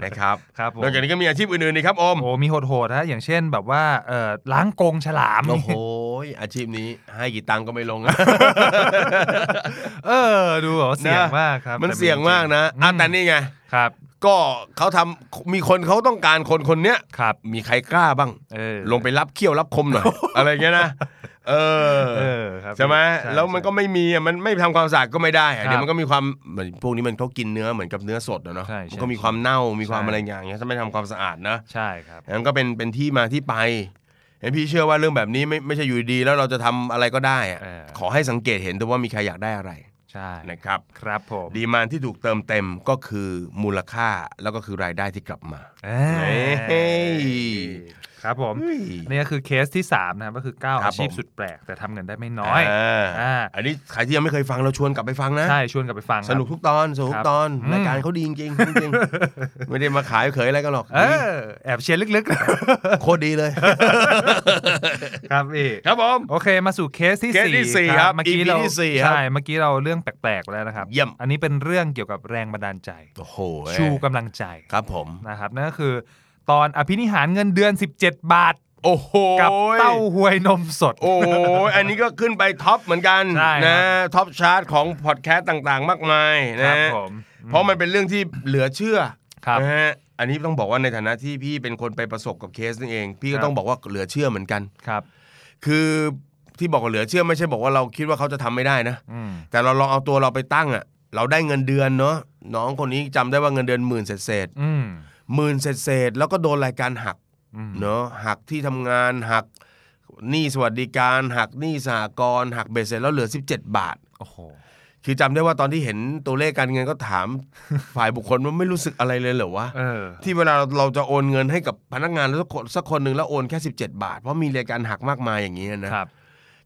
S3: นะครับ
S2: ครับผม
S3: นอกจากนี้ก็มีอาชีพอื่นๆนี่ครับอม
S2: โอ้มีโหดๆฮะอย่างเช่นแบบว่าเอ่อล้างกรงฉลาม
S3: โอ้โหอาชีพนี้ให้กี่ตังค์ก็ไม่ลง
S2: เออดูแบบว่าเสี่ยง
S3: นะ
S2: มากครับ
S3: มันเสี่ยงมากนะ
S2: อ่
S3: อ่ะแต่นี่ไง
S2: ครับ
S3: ก็เขาทำมีคนเขาต้องการคนคนเนี้ย
S2: ครับ
S3: มีใครกล้าบ้าง
S2: เออ
S3: ลงไปรับเขี้ยวรับคม หน่อย อะไรเงี้ยนะ เออ
S2: เออครับ
S3: ใช่ไหม
S2: พี่
S3: แล้วมันก็
S2: ใช่
S3: ไม่มีอ่ะมันไม่ทำความสะอาดก็ไม่ได้
S2: ครั
S3: อ่ะ
S2: บ
S3: เดี๋ยวมันก็มีความเหมือนพวกนี้มันเขากินเนื้อเหมือนกับเนื้อสดอะเนาะ
S2: ใช่ใช่
S3: มันก็มีความเน่ามีความ
S2: ใช่
S3: อะไรอย่างเงี้ยถ้าไม่ทำความสะอาดนะ
S2: ใช่ครับ
S3: นั่นก็เป็นเป็นที่มาที่ไปเห็นพี่เชื่อว่าเรื่องแบบนี้ไม่ไม่ใช่อยู่ดีๆแล้วเราจะทำอะไรก็ได้อ่ะ
S2: เออ
S3: ขอให้สังเกตเห็นด้วยว่ามีใครอยากได้อะไร
S2: ใช่
S3: นะครับ
S2: ครับผม
S3: ดีมานที่ถูกเติมเต็มก็คือมูลค่าแล้วก็คือรายได้ที่กลับมา
S2: เอ้ย
S3: เฮ้ย
S2: ครับผม
S3: เฮ้ย
S2: นี่ก็คือเคสที่ 3 นะครับก็คือ 9
S3: ครับ
S2: อาชีพ
S3: ผม
S2: สุดแปลก แต่ทำเงินได้ไม่น้อย
S3: า
S2: อ่า
S3: อันนี้ใครที่ยังไม่เคยฟังเราชวนกลับไปฟังนะ
S2: ใช่ ชวนกลับไปฟังครับ
S3: สนุกทุกตอน สนุกทุ
S2: ครับ
S3: กตอน
S2: อืม
S3: รายการเขาดีจริงๆจริงๆ ไม่ได้มาขายเขยอะไรกันหรอก
S2: เออ แอบเชียร์ลึก
S3: ดีโคตรดีเลย
S2: ๆ ครับพี่
S3: ครับผม
S2: โอเคมาสู่เคสที่
S3: เคสที่สี่ครับ
S2: เมื่อกี้
S3: EP
S2: เรา
S3: ที่สี่ครับ
S2: ใช่เมื่อกี้เราเรื่องแปลกๆไปแล้วนะครับ
S3: เยี่ยม
S2: อันนี้เป็นเรื่องเกี่ยวกับแรงบันดาลใจ
S3: โอ้โห
S2: ชูกำลังใจ
S3: ครับผม
S2: นะครับนั่นก็คือ ตอนอภินิหารเงินเดือน 17 บาท
S3: โอ้โห
S2: กับเต้าหวยนมสด
S3: โอ้ยอันนี้ก็ขึ้นไปท็อปเหมือนกัน
S2: ใช่ครับ
S3: นะท็อปชาร์ตของพอดแคสต์ต่างๆ มากมาย
S2: ค
S3: นะ
S2: รับผม
S3: เพราะมันเป็นเรื่องที่เหลือเชื่อ
S2: ครับ
S3: นะฮะอันนี้ต้องบอกว่าในฐานะที่พี่เป็นคนไปประสบกับเคสนี่เอง พี่
S2: ค
S3: ก็
S2: รับ
S3: ต้องบอกว่าเหลือเชื่อเหมือนกัน
S2: ครับ
S3: คือที่บอกว่าเหลือเชื่อไม่ใช่บอกว่าเราคิดว่าเขาจะทำไม่ได้นะ
S2: อืม
S3: แต่เราลองเอาตัวเราไปตั้งอะเราได้เงินเดือนเนาะน้องคนนี้จำได้ว่าเงินเดือนหมื่นเศษเศษ
S2: อืม
S3: ๆหมื่นเศษเศษๆแล้วก็โดนรายการหัก
S2: อืม
S3: เนาะหักที่ทำงานหักหนี้สวัสดิการ หักหนี้สหกรณ์หักเบสเสร็จแล้วเหลือ 17 บาท
S2: โอ้โห
S3: คือจำได้ว่าตอนที่เห็นตัวเลขการเงินก็ ถาม ฝ่ายบุคคลว่าไม่รู้สึกอะไรเลยเหรอวะ
S2: เออ
S3: ที่เวลาเราจะโอนเงินให้กับพนักงานแล้วสักคนสักคนหนึ่งแล้วโอนแค่ 17 บาท เพราะมีรายการหักมากมายอย่างนี้ยนะครับ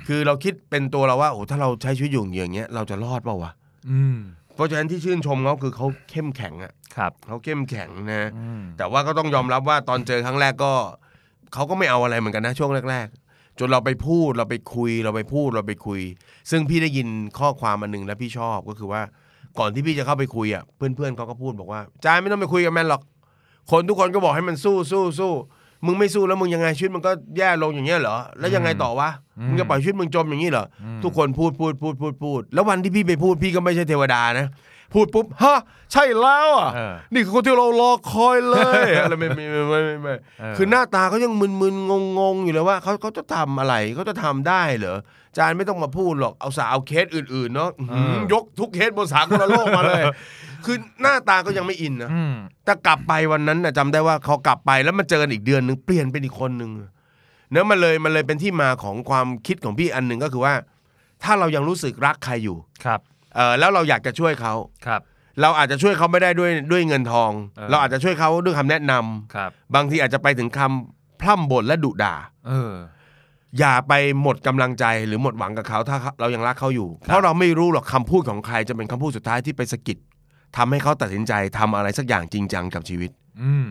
S3: คือเราคิดเป็นตัวเราว่าโอ้ถ้าเราใช้ชีวิตอยู่อย่างเงี้ยเราจะรอดเปล่าวะ
S2: อืม
S3: เพราะฉะนั้นที่ชื่นชมเขาคือเขาเข้มแข็งอ่ะ
S2: ครับ
S3: เขาเข้มแข็งนะ
S2: อืม
S3: แต่ว่าก็ต้องยอมรับว่าตอนเจอครั้งแรกก็เขาก็ไม่เอาอะไรเหมือนกันนะช่วงแรก ๆ จนเราไปพูดเราไปคุยเราไปพูดเราไปคุย ซึ่งพี่ได้ยินข้อความอันหนึงแล้วพี่ชอบก็คือว่า ก่อนที่พี่จะเข้าไปคุยอ่ะเพื่อนๆเขาก็พูดบอกว่าจายไม่ต้องไปคุยกับแมนหรอก คนทุกคนก็บอกให้มันสู้สู้สู้มึงไม่สู้แล้วมึงยังไงชีวิตมันก็แย่ลงอย่างเงี้ยเหรอแล้วยังไงต่อวะ
S2: อืม
S3: มึงจะปล่อยชีวิตมึงจมอย่างนี้เหรอ
S2: อืม
S3: ทุกคนพูดพูดพูดพูดพูด แล้ววันที่พี่ไปพูดพี่ก็ไม่ใช่เทวดานะ พูดปุ๊บฮะใช่แล้วอ่ะ
S2: เออ
S3: นี่คือคนที่เรารอคอยเลย อะไรไม่ไม่ไม่ไม่ไม่ไม่
S2: เออ
S3: คือหน้าตาเขายังมึนมึนงงงงๆอยู่เลยว่าเขาเขาจะทำอะไรเขาจะทำได้เหรอจานไม่ต้องมาพูดหรอกเอาสาวเอาเคสอื่นๆเนาะอื้อหือยกทุกเคสบนสากลโลกมาเลย คือหน้าตาก็ยังไม่อินนะ
S2: อืม
S3: แต่กลับไปวันนั้นนะจำได้ว่าเขากลับไปแล้วมาเจอกันอีกเดือนหนึ่งเปลี่ยนเป็นอีกคนหนึ่งเนื้อะมันเลยมันเลยเป็นที่มาของความคิดของพี่อันหนึ่งก็คือว่า ถ้าเรายังรู้สึกรักใครอยู่
S2: ครับ
S3: เออแล้วเราอยากจะช่วยเขา
S2: ครับ
S3: เราอาจจะช่วยเขาไม่ได้ด้วยด้วยเงินทอง
S2: เออ
S3: เราอาจจะช่วยเขาด้วยคำแนะนำ
S2: ครับ
S3: บางทีอาจจะไปถึงคำพร่ำบ่นและดุด่า
S2: เออ
S3: อย่าไปหมดกำลังใจหรือหมดหวังกับเขาถ้าเรายังรักเขาอยู่ เพราะเราไม่รู้หรอกคำพูดของใครจะเป็นคำพูดสุดท้ายที่ไปสะกิดทำให้เขาตัดสินใจทำอะไรสักอย่างจริงจังกับชีวิต
S2: อืม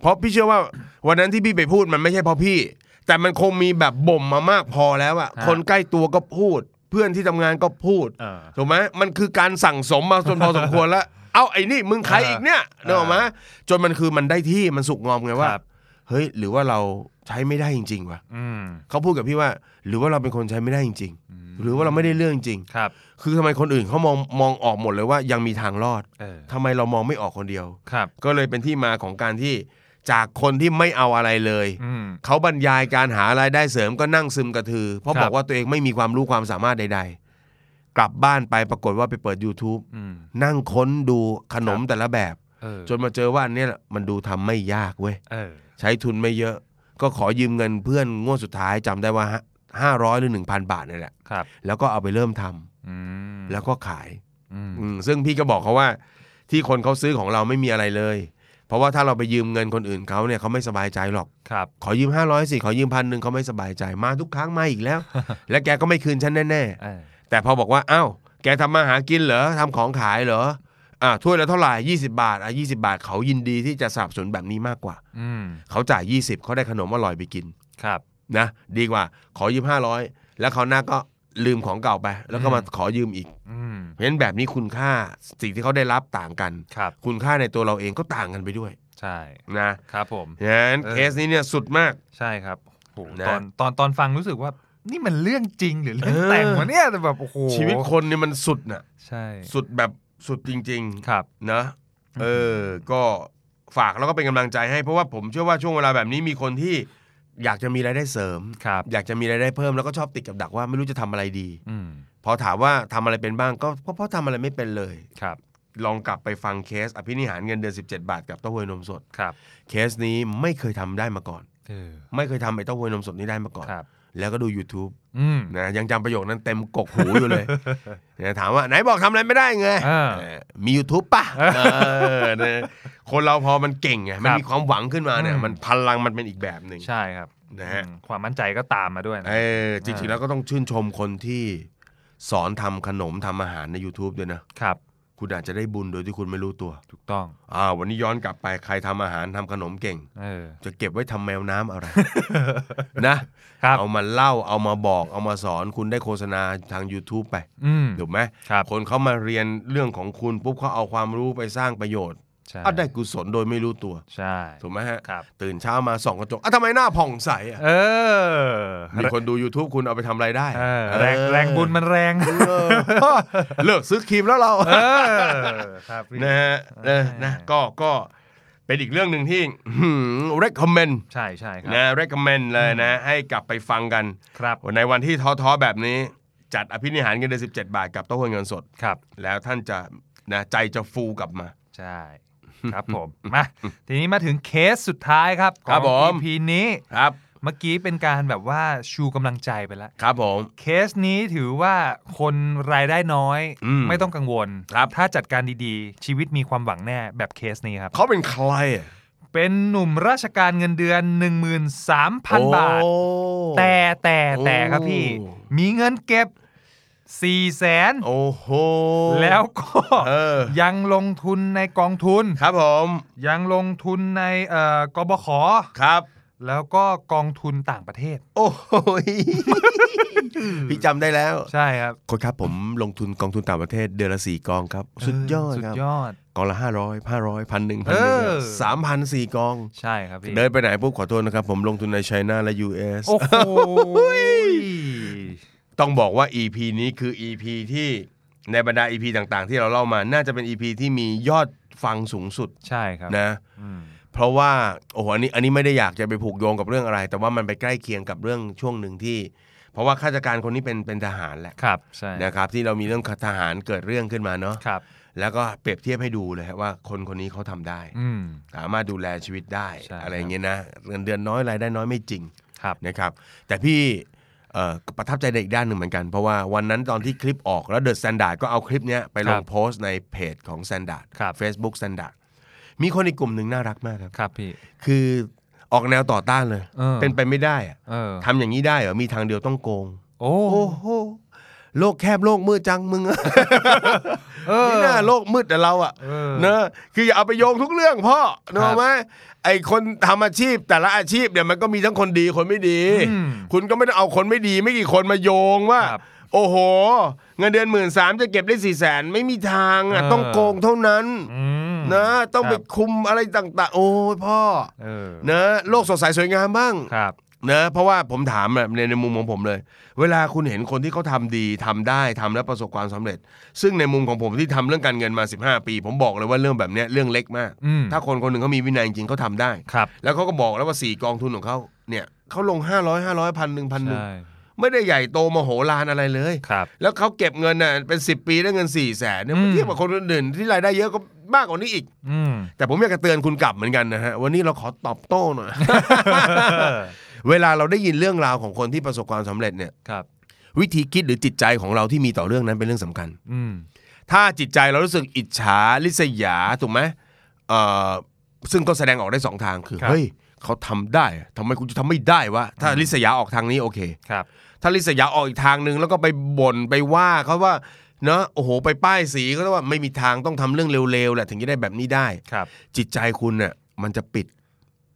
S3: เพราะพี่เชื่อว่าวันนั้นที่พี่ไปพูดมันไม่ใช่เพราะพี่ แต่มันคงมีแบบบ่มมามากพอแล้วอะ
S2: ฮะ
S3: คนใกล้ตัวก็พูด เพื่อนที่ทำงานก็พูด
S2: เออ
S3: ถูกไหมมันคือการสั่งสม มาจนพอสมควรแล้ว เอาไอ้นี่มึงใครอีกเนี่ย
S2: เออ
S3: เนกอะมะจนมันคือมันได้ที่มันสุกงอมไงว่า
S2: ครับ
S3: เฮ้ย หรือว่าเราใช้ไม่ได้จริงๆวะ
S2: อืม
S3: เขาพูดกับพี่ว่า หรือว่าเราเป็นคนใช้ไม่ได้จริง ๆ หรือว่าเราไม่ได้เรื่องจริง
S2: ครับ
S3: คือทำไมคนอื่นเขามองมองออกหมดเลยว่ายังมีทางรอด
S2: เออ
S3: ทำไมเรามองไม่ออกคนเดียว
S2: ครับ
S3: ก็เลยเป็นที่มาของการที่จากคนที่ไม่เอาอะไรเลย
S2: อืม
S3: เขาบรรยายการหารายได้เสริมก็นั่งซึมกระทือ เพราะ
S2: ครับ
S3: บอกว่าตัวเองไม่มีความรู้ความสามารถใด ๆ กลับบ้านไปปรากฏว่าไปเปิด YouTube
S2: อืม
S3: นั่งค้นดูขนมแต่ละแบบ
S2: เออ
S3: จนมาเจอว่าอันเนี้ยมันดูทำไม่ยากเว้ย
S2: เออ
S3: ใช้ทุนไม่เยอะ ก็ขอยืมเงินเพื่อนงวดสุดท้ายจำได้ว่าห้าร้อยหรือหนึ่งพันบาทนี่แหละ
S2: ครับ
S3: แล้วก็เอาไปเริ่มทำ
S2: อืม
S3: แล้วก็ขาย
S2: อืม
S3: อืมซึ่งพี่ก็บอกเขาว่าที่คนเขาซื้อของเราไม่มีอะไรเลย เพราะว่าถ้าเราไปยืมเงินคนอื่นเขาเนี่ยเขาไม่สบายใจหรอก
S2: ครับ
S3: ขอยืม 500สิขอยืมพันหนึ่งเขาไม่สบายใจมาทุกครั้งมาอีกแล้ว และแกก็ไม่คืนฉันแน่
S2: เออ
S3: ๆแต่พอบอกว่าอ้าวแกทำมาหากินเหรอทำของขายเหรออ่าถ้วยละเท่าไหร่20 บาทอ่ะ20 บาท เขายินดีที่จะสนับสนุนแบบนี้มากกว่า
S2: อืม
S3: เขาจ่าย 20เขาได้ขนมอร่อยไปกิน
S2: ครับ
S3: นะดีกว่าขอยืม500 แล้วเขาวหน้าก็ลืมของเก่าไป แล้วก็มาขอยืมอีก
S2: อืม
S3: เพราะฉะนั้นแบบนี้คุณค่าสิ่งที่เขาได้รับต่างกัน
S2: ครับ
S3: คุณค่าในตัวเราเองก็ต่างกันไปด้วย
S2: ใช่
S3: นะครับ
S2: ผม
S3: เพราะฉะนั้น
S2: เออ
S3: เคสนี้เนี่ยสุดมาก
S2: ใช่ครับโห
S3: นะ
S2: ตอนตอนตอนฟังรู้สึกว่า นี่มันเรื่องจริงหรือเรื่องแต่งวะเนี่ยแต่แบบโอ้โห
S3: ชีวิตคนเนี่ยมันสุดน่ะ
S2: ใช่
S3: สุดแบบสุดจริง
S2: ครับ
S3: ๆนะเออก็ฝากแล้วก็เป็นกำลังใจให้เพราะว่าผมเชื่อว่าช่วงเวลาแบบนี้มีคนที่อยากจะมีรายได้เสริม
S2: ครับ
S3: อยากจะมีรายได้เพิ่มแล้วก็ชอบติดกับดักว่าไม่รู้จะทำอะไรดี
S2: อืม
S3: พอถามว่าทำอะไรเป็นบ้างก็ก็เพราะทำอะไรไม่เป็นเลย
S2: ครับ
S3: ลองกลับไปฟังเคส อภินิหารเงินเดือน17 บาทกับเต้าหวยนมสด
S2: ครับ
S3: เคสนี้ไม่เคยทำได้มาก่อน
S2: เออ
S3: ไม่เคยทำไอ้เต้าหวยนมสดนี้ได้มาก่อน
S2: ครับ
S3: แล้วก็ดู YouTube
S2: อืม
S3: นะยังจำประโยคนั้นเต็มกกหูอยู่ เลยเนี่ยถามว่าไหนบอกทำอะไรไม่ได้ไง
S2: อ่า
S3: เออมี YouTube ป่ะเออนะคนเราพอมันเก่งไงมัน
S2: ครับ
S3: มีความหวังขึ้นมาเนี่ย
S2: อืม
S3: มันพลังมันเป็นอีกแบบหนึ่ง
S2: ใช่ครับ
S3: นะฮะ
S2: อืมความมั่นใจก็ตามมาด้วยนะ
S3: เออจริงๆแล้วก็ต้องชื่นชมคนที่สอนทำขนมทำอาหารใน YouTube ด้วยนะครับ คุณอาจจะได้บุญโดยที่คุณไม่รู้ตัว
S2: ถูกต้อง
S3: อ่าวันนี้ย้อนกลับไปใครทำอาหารทำขนมเก่ง
S2: เออ
S3: จะเก็บไว้ทำแมวน้ำ อะไร นะ
S2: ครับ
S3: เอามาเล่าเอามาบอกเอามาสอนคุณได้โฆษณาทาง YouTube ไป
S2: อืม
S3: ถูกไหม
S2: ครับ
S3: คนเขามาเรียนเรื่องของคุณปุ๊บเขาเอาความรู้ไปสร้างประโยชน์
S2: ใช่
S3: อ่ะได้กุศลโดยไม่รู้ตัว
S2: ใช่
S3: ถูกไหมฮะ
S2: ครับ
S3: ตื่นเช้ามาส่องกระจกอ่ะทำไมหน้าผ่องใสอ่ะ
S2: เออ
S3: มีคนดู YouTube คุณเอาไปทำอะไรได้
S2: เออแรงแรงบุญมันแรง
S3: เออเลิกซื้อครีมแล้วเรา
S2: เออ ครับพี่
S3: นะฮะเออนะก็ก็เป็นอีกเรื่องหนึ่งที่หืม recommend
S2: ใช่ใช่ครั
S3: นะ
S2: บ
S3: recommend เลยนะ ให้กลับไปฟังกัน
S2: ครับ
S3: ในวันที่ท้อๆ แบบนี้จัดอภินิหารเงินเดือน17 บาทกับโต๊ะเงินสด
S2: ครับ
S3: แล้วท่านจะนะใจจะฟูกลับมา
S2: ใช่ ครับผม มา ทีนี้มาถึงเคสสุดท้ายครับ
S3: ครับ
S2: ของ
S3: ผม
S2: EP นี้
S3: ครับ
S2: เมื่อกี้เป็นการแบบว่าชูกำลังใจไปแล้ว
S3: ครับผม
S2: เคสนี้ถือว่าคนรายได้น้อย
S3: อืม
S2: ไม่ต้องกังวล
S3: ครับ
S2: ถ้าจัดการดีๆ ชีวิตมีความหวังแน่แบบเคสนี้ครับ
S3: เขาเป็นใคร
S2: เป็นหนุ่มราชการเงินเดือน 13,000 บาท
S3: โอ้
S2: แต่แต่แต่ครับพี่
S3: โอ้
S2: มีเงินเก็บ 4 0 0แสน
S3: โอ้โห
S2: แล้วก็
S3: เออ
S2: ยังลงทุนในกองทุน
S3: ครับผม
S2: ยังลงทุนในเอ่อกบข
S3: ครับ
S2: แล้วก็กองทุนต่างประเทศ
S3: โอ้ โหพี่จำได้แล้ว
S2: ใช่ครับ
S3: คนครับผมลงทุนกองทุนต่างประเทศเดือนละสี่กองครับ สุดยอด
S2: สุ
S3: ค
S2: ด
S3: รับ
S2: ยอด
S3: กองละห้าร้อยห้าร้อยพันหนึ่งพั
S2: เอน
S3: หนึ่
S2: อ
S3: งสามพันสี่กอง
S2: ใช่ครับพี่
S3: เดินไปไหนปุ๊บขอโทษนะครับ ผมลงทุนในไชน่าและ US
S2: โอ้โห
S3: ต้องบอกว่า EP นี้คือ EP ที่ในบรรดา EP ต่างๆ ที่เราเล่ามา น่าจะเป็น EP ที่มียอดฟังสูงสุด
S2: ใช่ครับ
S3: นะ
S2: อืม
S3: เพราะว่าโอ้โหอันนี้อันนี้ไม่ได้อยากจะไปผูกโยงกับเรื่องอะไร แต่ว่ามันไปใกล้เคียงกับเรื่องช่วงหนึ่งที่ เพราะว่าข้าราชการคนนี้เป็นเป็นทหารแหละ
S2: ครับใช่
S3: นะครับที่เรามีเรื่องทหารเกิดเรื่องขึ้นมาเนาะ
S2: ครับ
S3: แล้วก็เปรียบเทียบให้ดูเลยฮะว่าคนคนนี้เขาทำได้
S2: อืม
S3: สามารถดูแลชีวิตได้
S2: ใช่
S3: อะไร
S2: ครับ
S3: อย่างเงี้ยนะเงินเดือนน้อยรายได้น้อยไม่จริง
S2: ครับ
S3: นะครับแต่พี่เอ่อประทับใจในอีกด้านหนึ่งเหมือนกัน เพราะว่าวันนั้นตอนที่คลิปออกแล้วเดอะสแตนดาร์ดก็เอาคลิปเนี้ยไปล
S2: ครั
S3: ง
S2: บ
S3: โพสต์ในเพจของสแตนดาร์ด
S2: ครับ
S3: เฟซบุ๊กสแตนดาร์ดมีคนอีกกลุ่มหนึ่งน่ารักมากครับ
S2: ครับพี่
S3: คือออกแนวต่อต้านเลย
S2: เออ
S3: เป็นไปไม่ได้อะ
S2: เออ
S3: ทำอย่างนี้ได้เหรอ มีทางเดียวต้องโกง
S2: โอ้
S3: โอ้โห โลกแคบโลกมืดจังมึงอะ
S2: เออ
S3: ไม่น่าโลกมืดแต่เราอะ
S2: เออ
S3: เนอะคืออย่าเอาไปโยงทุกเรื่องพ่อเน
S2: ครั
S3: อะ
S2: บ
S3: ไหมไอคนทำอาชีพแต่ละอาชีพเนี่ยมันก็มีทั้งคนดีคนไม่ดี
S2: อืม
S3: คุณก็ไม่ต้องเอาคนไม่ดีไม่กี่คนมาโยงว่า
S2: ครับ
S3: โอ้โห เงินเดือนหมื่นสามจะเก็บได้สี่แสนไม่มีทางอะ
S2: เออ
S3: ต้องโกงเท่านั้น
S2: อืม
S3: นะต้องไป
S2: ครับ
S3: คุมอะไรต่างๆ โอ้ยพ่อ
S2: เออ
S3: นะโลกสดใสสวยงามบ้าง
S2: ครับ
S3: นะเพราะว่าผมถามแบบในในมุมของผมเลย เวลาคุณเห็นคนที่เขาทำดีทำได้ทำแล้วประสบความสำเร็จ ซึ่งในมุมของผมที่ทำเรื่องการเงินมา 15 ปี ผมบอกเลยว่าเรื่องแบบเนี้ยเรื่องเล็กมาก
S2: อืม
S3: ถ้าคนคนหนึ่งเขามีวินัยจริงเขาทำได้
S2: ครับ
S3: แล้วเขาก็บอกแล้วว่า 4 กองทุนของเขาเนี่ยเขาลง 500 500พันหนึ่งพันหนึ่ง
S2: ใช่
S3: ไม่ได้ใหญ่โตมโหฬารอะไรเลย
S2: ครับ
S3: แล้วเขาเก็บเงินน่ะเป็น 10 ปีได้เงิน4ี่แสนเนี่ย
S2: อืม
S3: เทียบกับคนอื่นๆที่รายได้เยอะก็มากกว่านี้อีก
S2: อืม
S3: แต่ผมอยากจะเตือนคุณกลับเหมือนกันนะฮะวันนี้เราขอตอบโต้หน่อย เวลาเราได้ยินเรื่องราวของคนที่ประสบความสำเร็จเนี่ย
S2: ครับ
S3: วิธีคิดหรือจิตใจของเราที่มีต่อเรื่องนั้นเป็นเรื่องสำคัญ
S2: อืม
S3: ถ้าจิตใจเรารู้สึกอิจฉาริษยาถูกไหมเอ่อซึ่งก็แสดงออกได้สองทางคือเฮ้ยเขาทำได้อะทำไมคุณจะทำไม่ได้วะถ้าริษยาออกทางนี้โอเค
S2: ครับ
S3: ถ้าริษยาออกอีกทางหนึ่งแล้วก็ไปบ่นไปว่าเขาว่าเนาะโอ้โหไปป้ายสีก็ว่าไม่มีทางต้องทำเรื่องเร็วๆแหละถึงจะได้แบบนี้ได้
S2: ครับ
S3: จิตใจคุณเนี่ยมันจะปิด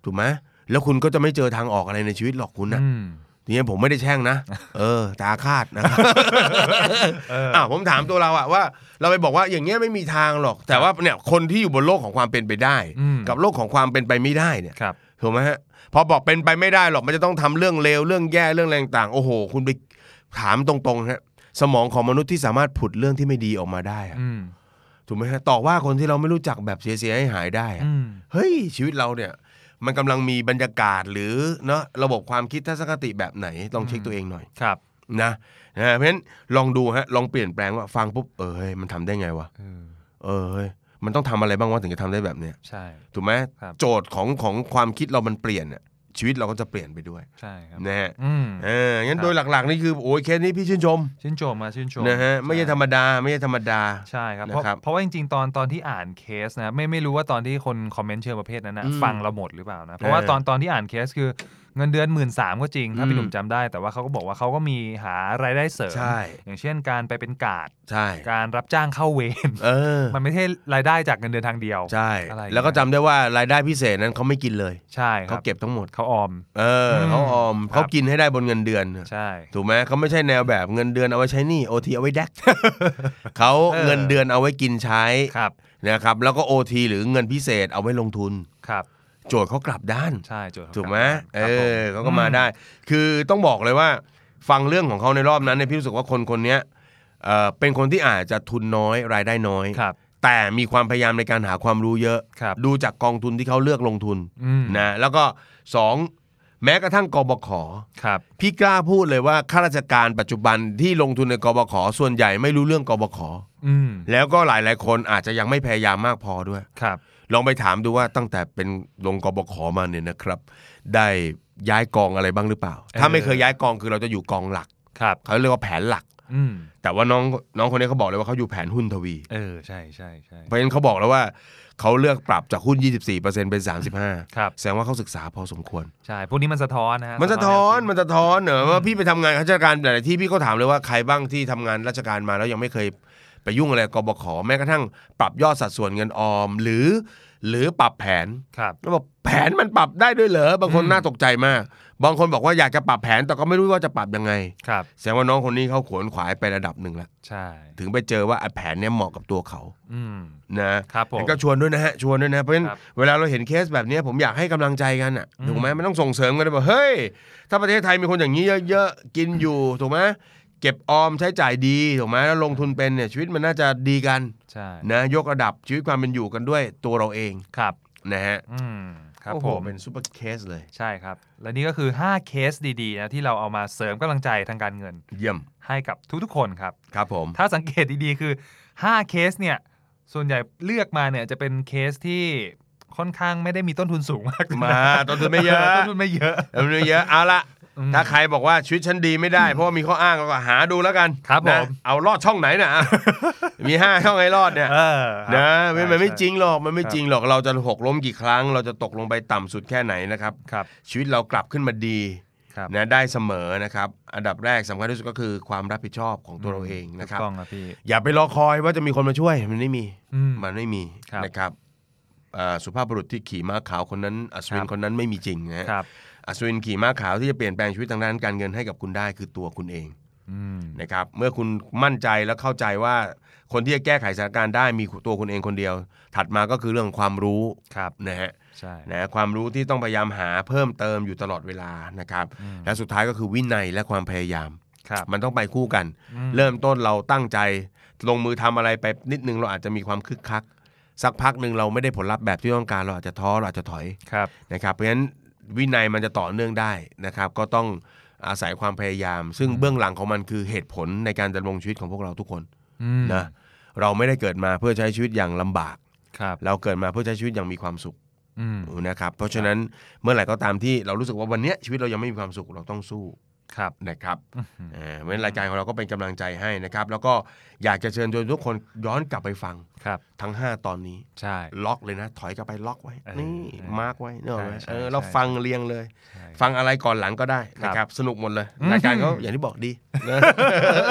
S3: ถูกไหมแล้วคุณก็จะไม่เจอทางออกอะไรในชีวิตหรอกคุณนะ
S2: อืม
S3: ทีนี้ผมไม่ได้แช่ง นะ เออ ตาคาดนะครับ
S2: เอออ่
S3: อ่าผมถามตัวเราอะว่า เราไปบอกว่าอย่างเงี้ยไม่มีทางหรอก แต่ว่าเนี่ยคนที่อยู่บนโลกของความเป็นไปได้
S2: อืม
S3: กับโลกของความเป็นไปไม่ได้เนี่ย
S2: ครับ
S3: ถูกไหมฮะพอบอกเป็นไปไม่ได้หรอกมันจะต้องทำเรื่องเลวเรื่องแย่เรื่องอะไรต่างๆโอ้โห คุณไปถามตรงๆฮะสมองของมนุษย์ที่สามารถผุดเรื่องที่ไม่ดีออกมาได้อะ
S2: อืม
S3: ถูกไหมฮะต่อว่าคนที่เราไม่รู้จักแบบเสียๆให้หายๆได้อะ
S2: อืม
S3: เฮ้ย ชีวิตเราเนี่ยมันกำลังมีบรรยากาศหรือเนาะระบบความคิดทัศนคติแบบไหนลองเช็ค
S2: อืม
S3: ตัวเองหน่อย
S2: ครับ
S3: นะนะเพราะฉะนั้นลองดูฮะลองเปลี่ยนแปลงว่าฟังปุ๊บเออเฮ้ยมันทำได้ไงวะ
S2: เออ
S3: เออเฮ้ยมันต้องทำอะไรบ้างวะถึงจะทำได้แบบเนี้ย
S2: ใช่
S3: ถูกไหม
S2: ครับ
S3: โจทย์ของของความคิดเรามันเปลี่ยนอะชีวิตเราก็จะเปลี่ยนไปด้วย
S2: ใช่ครับ
S3: นะฮะ
S2: อืม
S3: เอองั้น
S2: ครับ
S3: โดยหลักๆนี่คือโอ้ยเคสนี้พี่ชื่นชม
S2: ชื่นชมมาชื่นชม
S3: นะฮะไม่ใช่ธรรมดาไม่ใช่ธรรมดา
S2: ใช่ครับ
S3: นะ
S2: เพราะ
S3: ครับ
S2: เพราะว่าจริงๆตอนตอนที่อ่านเคสนะไม่ไม่รู้ว่าตอนที่คนคอมเมนต์เชิงประเภทนั้นนะ
S3: อืม
S2: ฟังเราหมดหรือเปล่านะเพราะว่า
S3: เออ
S2: ตอนตอนที่อ่านเคสคือเงินเดือนหมื่นสามก็จริง ถ้า
S3: อื
S2: พี่
S3: ม
S2: หนุ่มจำได้ แต่ว่าเขาก็บอกว่าเขาก็มีหารายได้เสริม
S3: ใช่
S2: อย่างเช่นการไปเป็นกาด
S3: ใช่
S2: การรับจ้างเข้าเวร
S3: เออ
S2: มันไม่ใช่รายได้จากเงินเดือนทางเดียว
S3: ใช่
S2: อะไรอย่างเงี้ย
S3: แล้วก็จำได้ว่ารายได้พิเศษนั้นเขาไม่กินเลย
S2: ใช่ค
S3: เขา
S2: รับ
S3: เก็บทั้งหมด
S2: เขาออม
S3: เออ
S2: อืม
S3: เขาออม
S2: ครับ
S3: เขากินให้ได้บนเงินเดือน
S2: ใช่
S3: ถูกไหมเขาไม่ใช่แนวแบบเงินเดือนเอาไว้ใช้หนี้โอทีเอาไว้แดก เขา
S2: เออ
S3: เงินเดือนเอาไว้กินใช้
S2: ครับ
S3: นะครับแล้วก็โอทีหรือเงินพิเศษเอาไว้ลงทุน
S2: ครับ
S3: โจทย์เขากลับด้าน
S2: ใช่โจทย์ของ
S3: ถูกไหม
S2: ค
S3: เอ
S2: รับผม
S3: อเขาก็มาได้ คือต้องบอกเลยว่า ฟังเรื่องของเขาในรอบนั้นเนี่ยพี่รู้สึกว่าคนคนเนี้ยเอ่อเป็นคนที่อาจจะทุนน้อยรายได้น้อย
S2: ครับ
S3: แต่มีความพยายามในการหาความรู้เยอะ
S2: ครับ
S3: ดูจากกองทุนที่เขาเลือกลงทุน
S2: อืม
S3: นะแล้วก็สองแม้กระทั่งกบข
S2: ครับ
S3: พี่กล้าพูดเลยว่าข้าราชการปัจจุบันที่ลงทุนในกบขส่วนใหญ่ไม่รู้เรื่องกบข
S2: อืม
S3: แล้วก็หลาย ๆ คนอาจจะยังไม่พยายามมากพอด้วย
S2: ครับ
S3: ลองไปถามดูว่าตั้งแต่เป็นลงกบขมาเนี่ยนะครับ ได้ย้ายกองอะไรบ้างหรือเปล่า ถ้าไม่เคยย้ายกองคือเราจะอยู่กองหลัก
S2: ครับ
S3: เขาเรียกว่าแผนหลัก
S2: อืม
S3: แต่ว่าน้องน้องคนนี้เขาบอกเลยว่าเขาอยู่แผนหุ้นทวี
S2: เออใช่ใช่ใช่
S3: เพราะฉะนั้นเขาบอกแล้วว่าเขาเลือกปรับจากหุ้น 24%เป็น35
S2: ครับ
S3: แสดงว่าเขาศึกษาพอสมควร
S2: ใช่พวกนี้มันสะท้อนนะฮะ
S3: มันสะท้อน
S2: แวคิด
S3: มันสะท้อนเนอะว่าพี่ไปทำงานข้าราชการหลายๆที่พี่ก็ถามเลยว่าใครบ้างที่ทำงานราชการมาแล้วยังไม่เคยไปยุ่งอะไรกับกบขแม้กระทั่งปรับยอดสัดส่วนเงินออม หรือ หรือปรับแผน
S2: ครับ
S3: แล้วบอกแผนมันปรับได้ด้วยเหรอบางคน
S2: อืม
S3: น่าตกใจมาก บางคนบอกว่าอยากจะปรับแผนแต่ก็ไม่รู้ว่าจะปรับยังไง
S2: ครับ
S3: แสดงว่าน้องคนนี้เขาขวนขวายไประดับหนึ่งแล้ว
S2: ใช่
S3: ถึงไปเจอว่าไอ้แผนเนี่ยเหมาะกับตัวเขา
S2: อืม
S3: นะครับ
S2: ผม
S3: ก็ชวนด้วยนะฮะชวนด้วยนะเพราะฉะนั้น
S2: ครับ
S3: เวลาเราเห็นเคสแบบเนี้ยผมอยากให้กำลังใจกันอ่ะ
S2: อืม
S3: ถูกไหมมันต้องส่งเสริมกันเลยว่าเฮ้ย ถ้าประเทศไทยมีคนอย่างนี้เยอะๆกินอยู่ถูกไหมเก็บออมใช้จ่ายดีถูกไหมแล้วลงทุนเป็นเนี่ยชีวิตมันน่าจะดีกัน
S2: ใช่
S3: นะยกระดับชีวิตความเป็นอยู่กันด้วยตัวเราเอง
S2: ครับ
S3: นะฮะ
S2: อืมครับ
S3: โอ้
S2: ผ
S3: โห
S2: ม
S3: เป็นซูเปอร์เคสเลย
S2: ใช่ครับ และนี่ก็คือ 5 เคสดีๆนะที่เราเอามาเสริมกำลังใจทางการเงิน
S3: เยี่ยม
S2: ให้กับทุกๆคนครับ
S3: ครับผม
S2: ถ้าสังเกตดีๆ คือ 5 เคสเนี่ย ส่วนใหญ่เลือกมาเนี่ยจะเป็นเคสที่ค่อนข้างไม่ได้มีต้นทุนสูงมาก
S3: มา ต้นทุนไม่เยอะ
S2: ต้นทุนไม่เยอะ
S3: ต้นทุนไม่เยอะเอาละ
S2: อืม
S3: ถ้าใครบอกว่าชีวิตฉันดีไม่ได้ เพราะว่ามีข้ออ้างก็หาดูแล้วกัน
S2: ครับ
S3: นะ
S2: ผม
S3: เอารอดช่องไหน นะ มีห้าช่องให้รอดเนี่ย
S2: เออ
S3: นะครับ ไม่มันไม่
S2: ใช่
S3: จริงหรอกมันไม่จริงหรอกเราจะหกล้มกี่ครั้ง เราจะตกลงไปต่ำสุดแค่ไหนนะครับ
S2: ครับ
S3: ชีวิตเรากลับขึ้นมาดี
S2: ครับ
S3: นะได้เสมอนะครับ อันดับแรกสำคัญที่สุดก็คือความรับผิดชอบของตัวเราเองนะครับ
S2: ถูกต้องครับพี่
S3: อย่าไปรอคอยว่าจะมีคนมาช่วยมันไม่มี
S2: อืม
S3: มันไม่มี
S2: ครับ
S3: นะครับอ่าสุภาพบุรุษที่ขี่ม้าขาวคนนั้นอัศวินคนนั้นไม่มีจริงนะฮะ
S2: ครับ
S3: อัศวินขี่ม้าขาวที่จะเปลี่ยนแปลงชีวิตทางด้านการเงินให้กับคุณได้คือตัวคุณเอง
S2: อืม
S3: นะครับเมื่อคุณมั่นใจและเข้าใจว่าคนที่จะแก้ไขสถานการณ์ได้มีตัวคุณเองคนเดียว ถัดมาก็คือเรื่องของความรู้
S2: ครับ
S3: นะฮะ
S2: ใช่
S3: นะความรู้ที่ต้องพยายามหาเพิ่มเติมอยู่ตลอดเวลานะครับ
S2: อืม
S3: และสุดท้ายก็คือวินัยและความพยายาม
S2: ครับ
S3: มันต้องไปคู่กัน
S2: อืม
S3: เริ่มต้นเราตั้งใจ ลงมือทำอะไรไปนิดนึงเราอาจจะมีความคึกคัก สักพักหนึ่งเราไม่ได้ผลลัพธ์แบบที่ต้องการเราอาจจะท้อเราอาจจะถอย
S2: ครับ
S3: นะครับเพราะฉะนั้นวินัยมันจะต่อเนื่องได้นะครับ ก็ต้องอาศัยความพยายาม ซึ่งเบื้องหลังของมันคือเหตุผลในการดำรงชีวิตของพวกเราทุกคน
S2: อืม
S3: นะเราไม่ได้เกิดมาเพื่อใช้ชีวิตอย่างลำบาก
S2: ครับ
S3: เราเกิดมาเพื่อใช้ชีวิตอย่างมีความสุข
S2: อืม
S3: นะครับเพราะฉะนั้นเมื่อไหร่ก็ตามที่เรารู้สึกว่าวันเนี้ยชีวิตเรายังไม่มีความสุขเราต้องสู้
S2: ครับ
S3: นะครับเอ่อเพราะฉะนั้นรายการของเราก็เป็นกำลังใจให้นะครับ แล้วก็อยากจะเชิญชวนทุกคนย้อนกลับไปฟัง
S2: ครับ
S3: ทั้ง 5 ตอนนี้
S2: ใช่
S3: ล็อกเลยนะ ถอยกลับไปล็อกไว้
S2: เออ
S3: นี่
S2: เออ
S3: มาร์กไว้เนกอะไหม
S2: ใช่
S3: เออเรา
S2: ใช่
S3: ฟังเรียงเลย
S2: ใช่
S3: ฟังอะไรก่อนหลังก็ได้
S2: ครับ
S3: นะครับ สนุกหมดเลยรายการเขาอย่างที่บอกดีนะ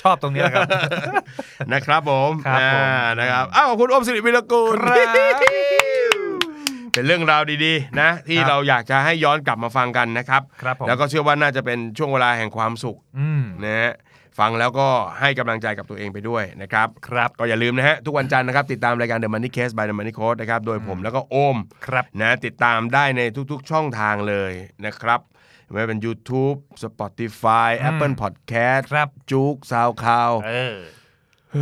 S2: ชอบตรงนี้แหละครับ
S3: นะครับ ผม
S2: ครับผม
S3: อ่านะครับอ้าวขอบคุณอมสิริวิรกูล เป็นเรื่องราวดีๆ นะ ที่เราอยากจะให้ย้อนกลับมาฟังกันนะครับ
S2: ครับผม
S3: แล้วก็เชื่อว่าน่าจะเป็นช่วงเวลาแห่งความสุข
S2: อืม
S3: นะฮะฟังแล้วก็ให้กำลังใจกับตัวเองไปด้วยนะครับ
S2: ครับ
S3: ก็อย่าลืมนะฮะ ทุกวันจันทร์นะครับ ติดตามรายการ The Money Case by The Money Coach นะครับ โดยผมแล้วก็โอม
S2: ครับ
S3: นะติดตามได้ในทุกๆช่องทางเลยนะครับไม่ว่าเป็น YouTube Spotify
S2: อืม
S3: Apple Podcast
S2: ครับ
S3: จุกซาวคาว
S2: เออ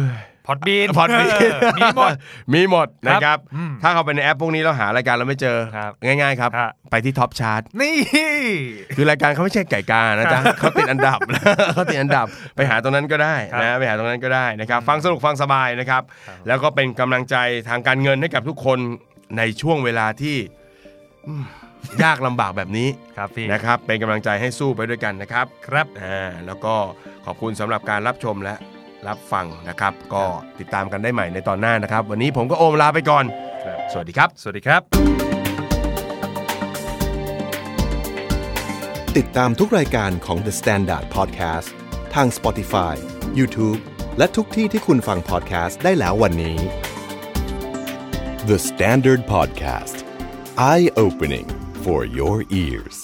S2: พอดบีน
S3: พอดมี
S2: มีหมด
S3: มีหมด
S2: ครับ
S3: นะครับ
S2: อืม
S3: ถ้าเข้าไปในแอปพวกนี้แล้วหารายการเราไม่เจอ
S2: ครับ
S3: ง่ายๆครับ
S2: ฮะ
S3: ไปที่ท็อปชาร์ต
S2: นี่
S3: คือรายการเขาไม่ใช่ไก่กานะจ๊ะเขาติดอันดับ เขาติดอันดับไปหาตรงนั้นก็ได้
S2: ครับ
S3: นะไปหาตรงนั้นก็ได้นะครับ ฟังสนุกฟังสบายนะครับ แล้วก็เป็นกำลังใจทางการเงินให้กับทุกคนในช่วงเวลาที่อืมยากลำบากแบบนี้
S2: ครับพี่
S3: นะครับเป็นกำลังใจให้สู้ไปด้วยกันนะครับ
S2: ครับ
S3: อ่าแล้วก็ขอบคุณสำหรับการรับชมและรับฟังนะครับ ก็ติดตามกันได้ใหม่ในตอนหน้านะครับ วันนี้ผมก็โอมลาไปก่อน
S2: ครับ
S3: สวัสดีครับ
S2: สวัสดีครับ
S1: ติดตามทุกรายการของ The Standard Podcast ทาง Spotify, YouTube และทุกที่ที่คุณฟัง podcast ได้แล้ววันนี้ The Standard Podcast Eye Opening for Your Ears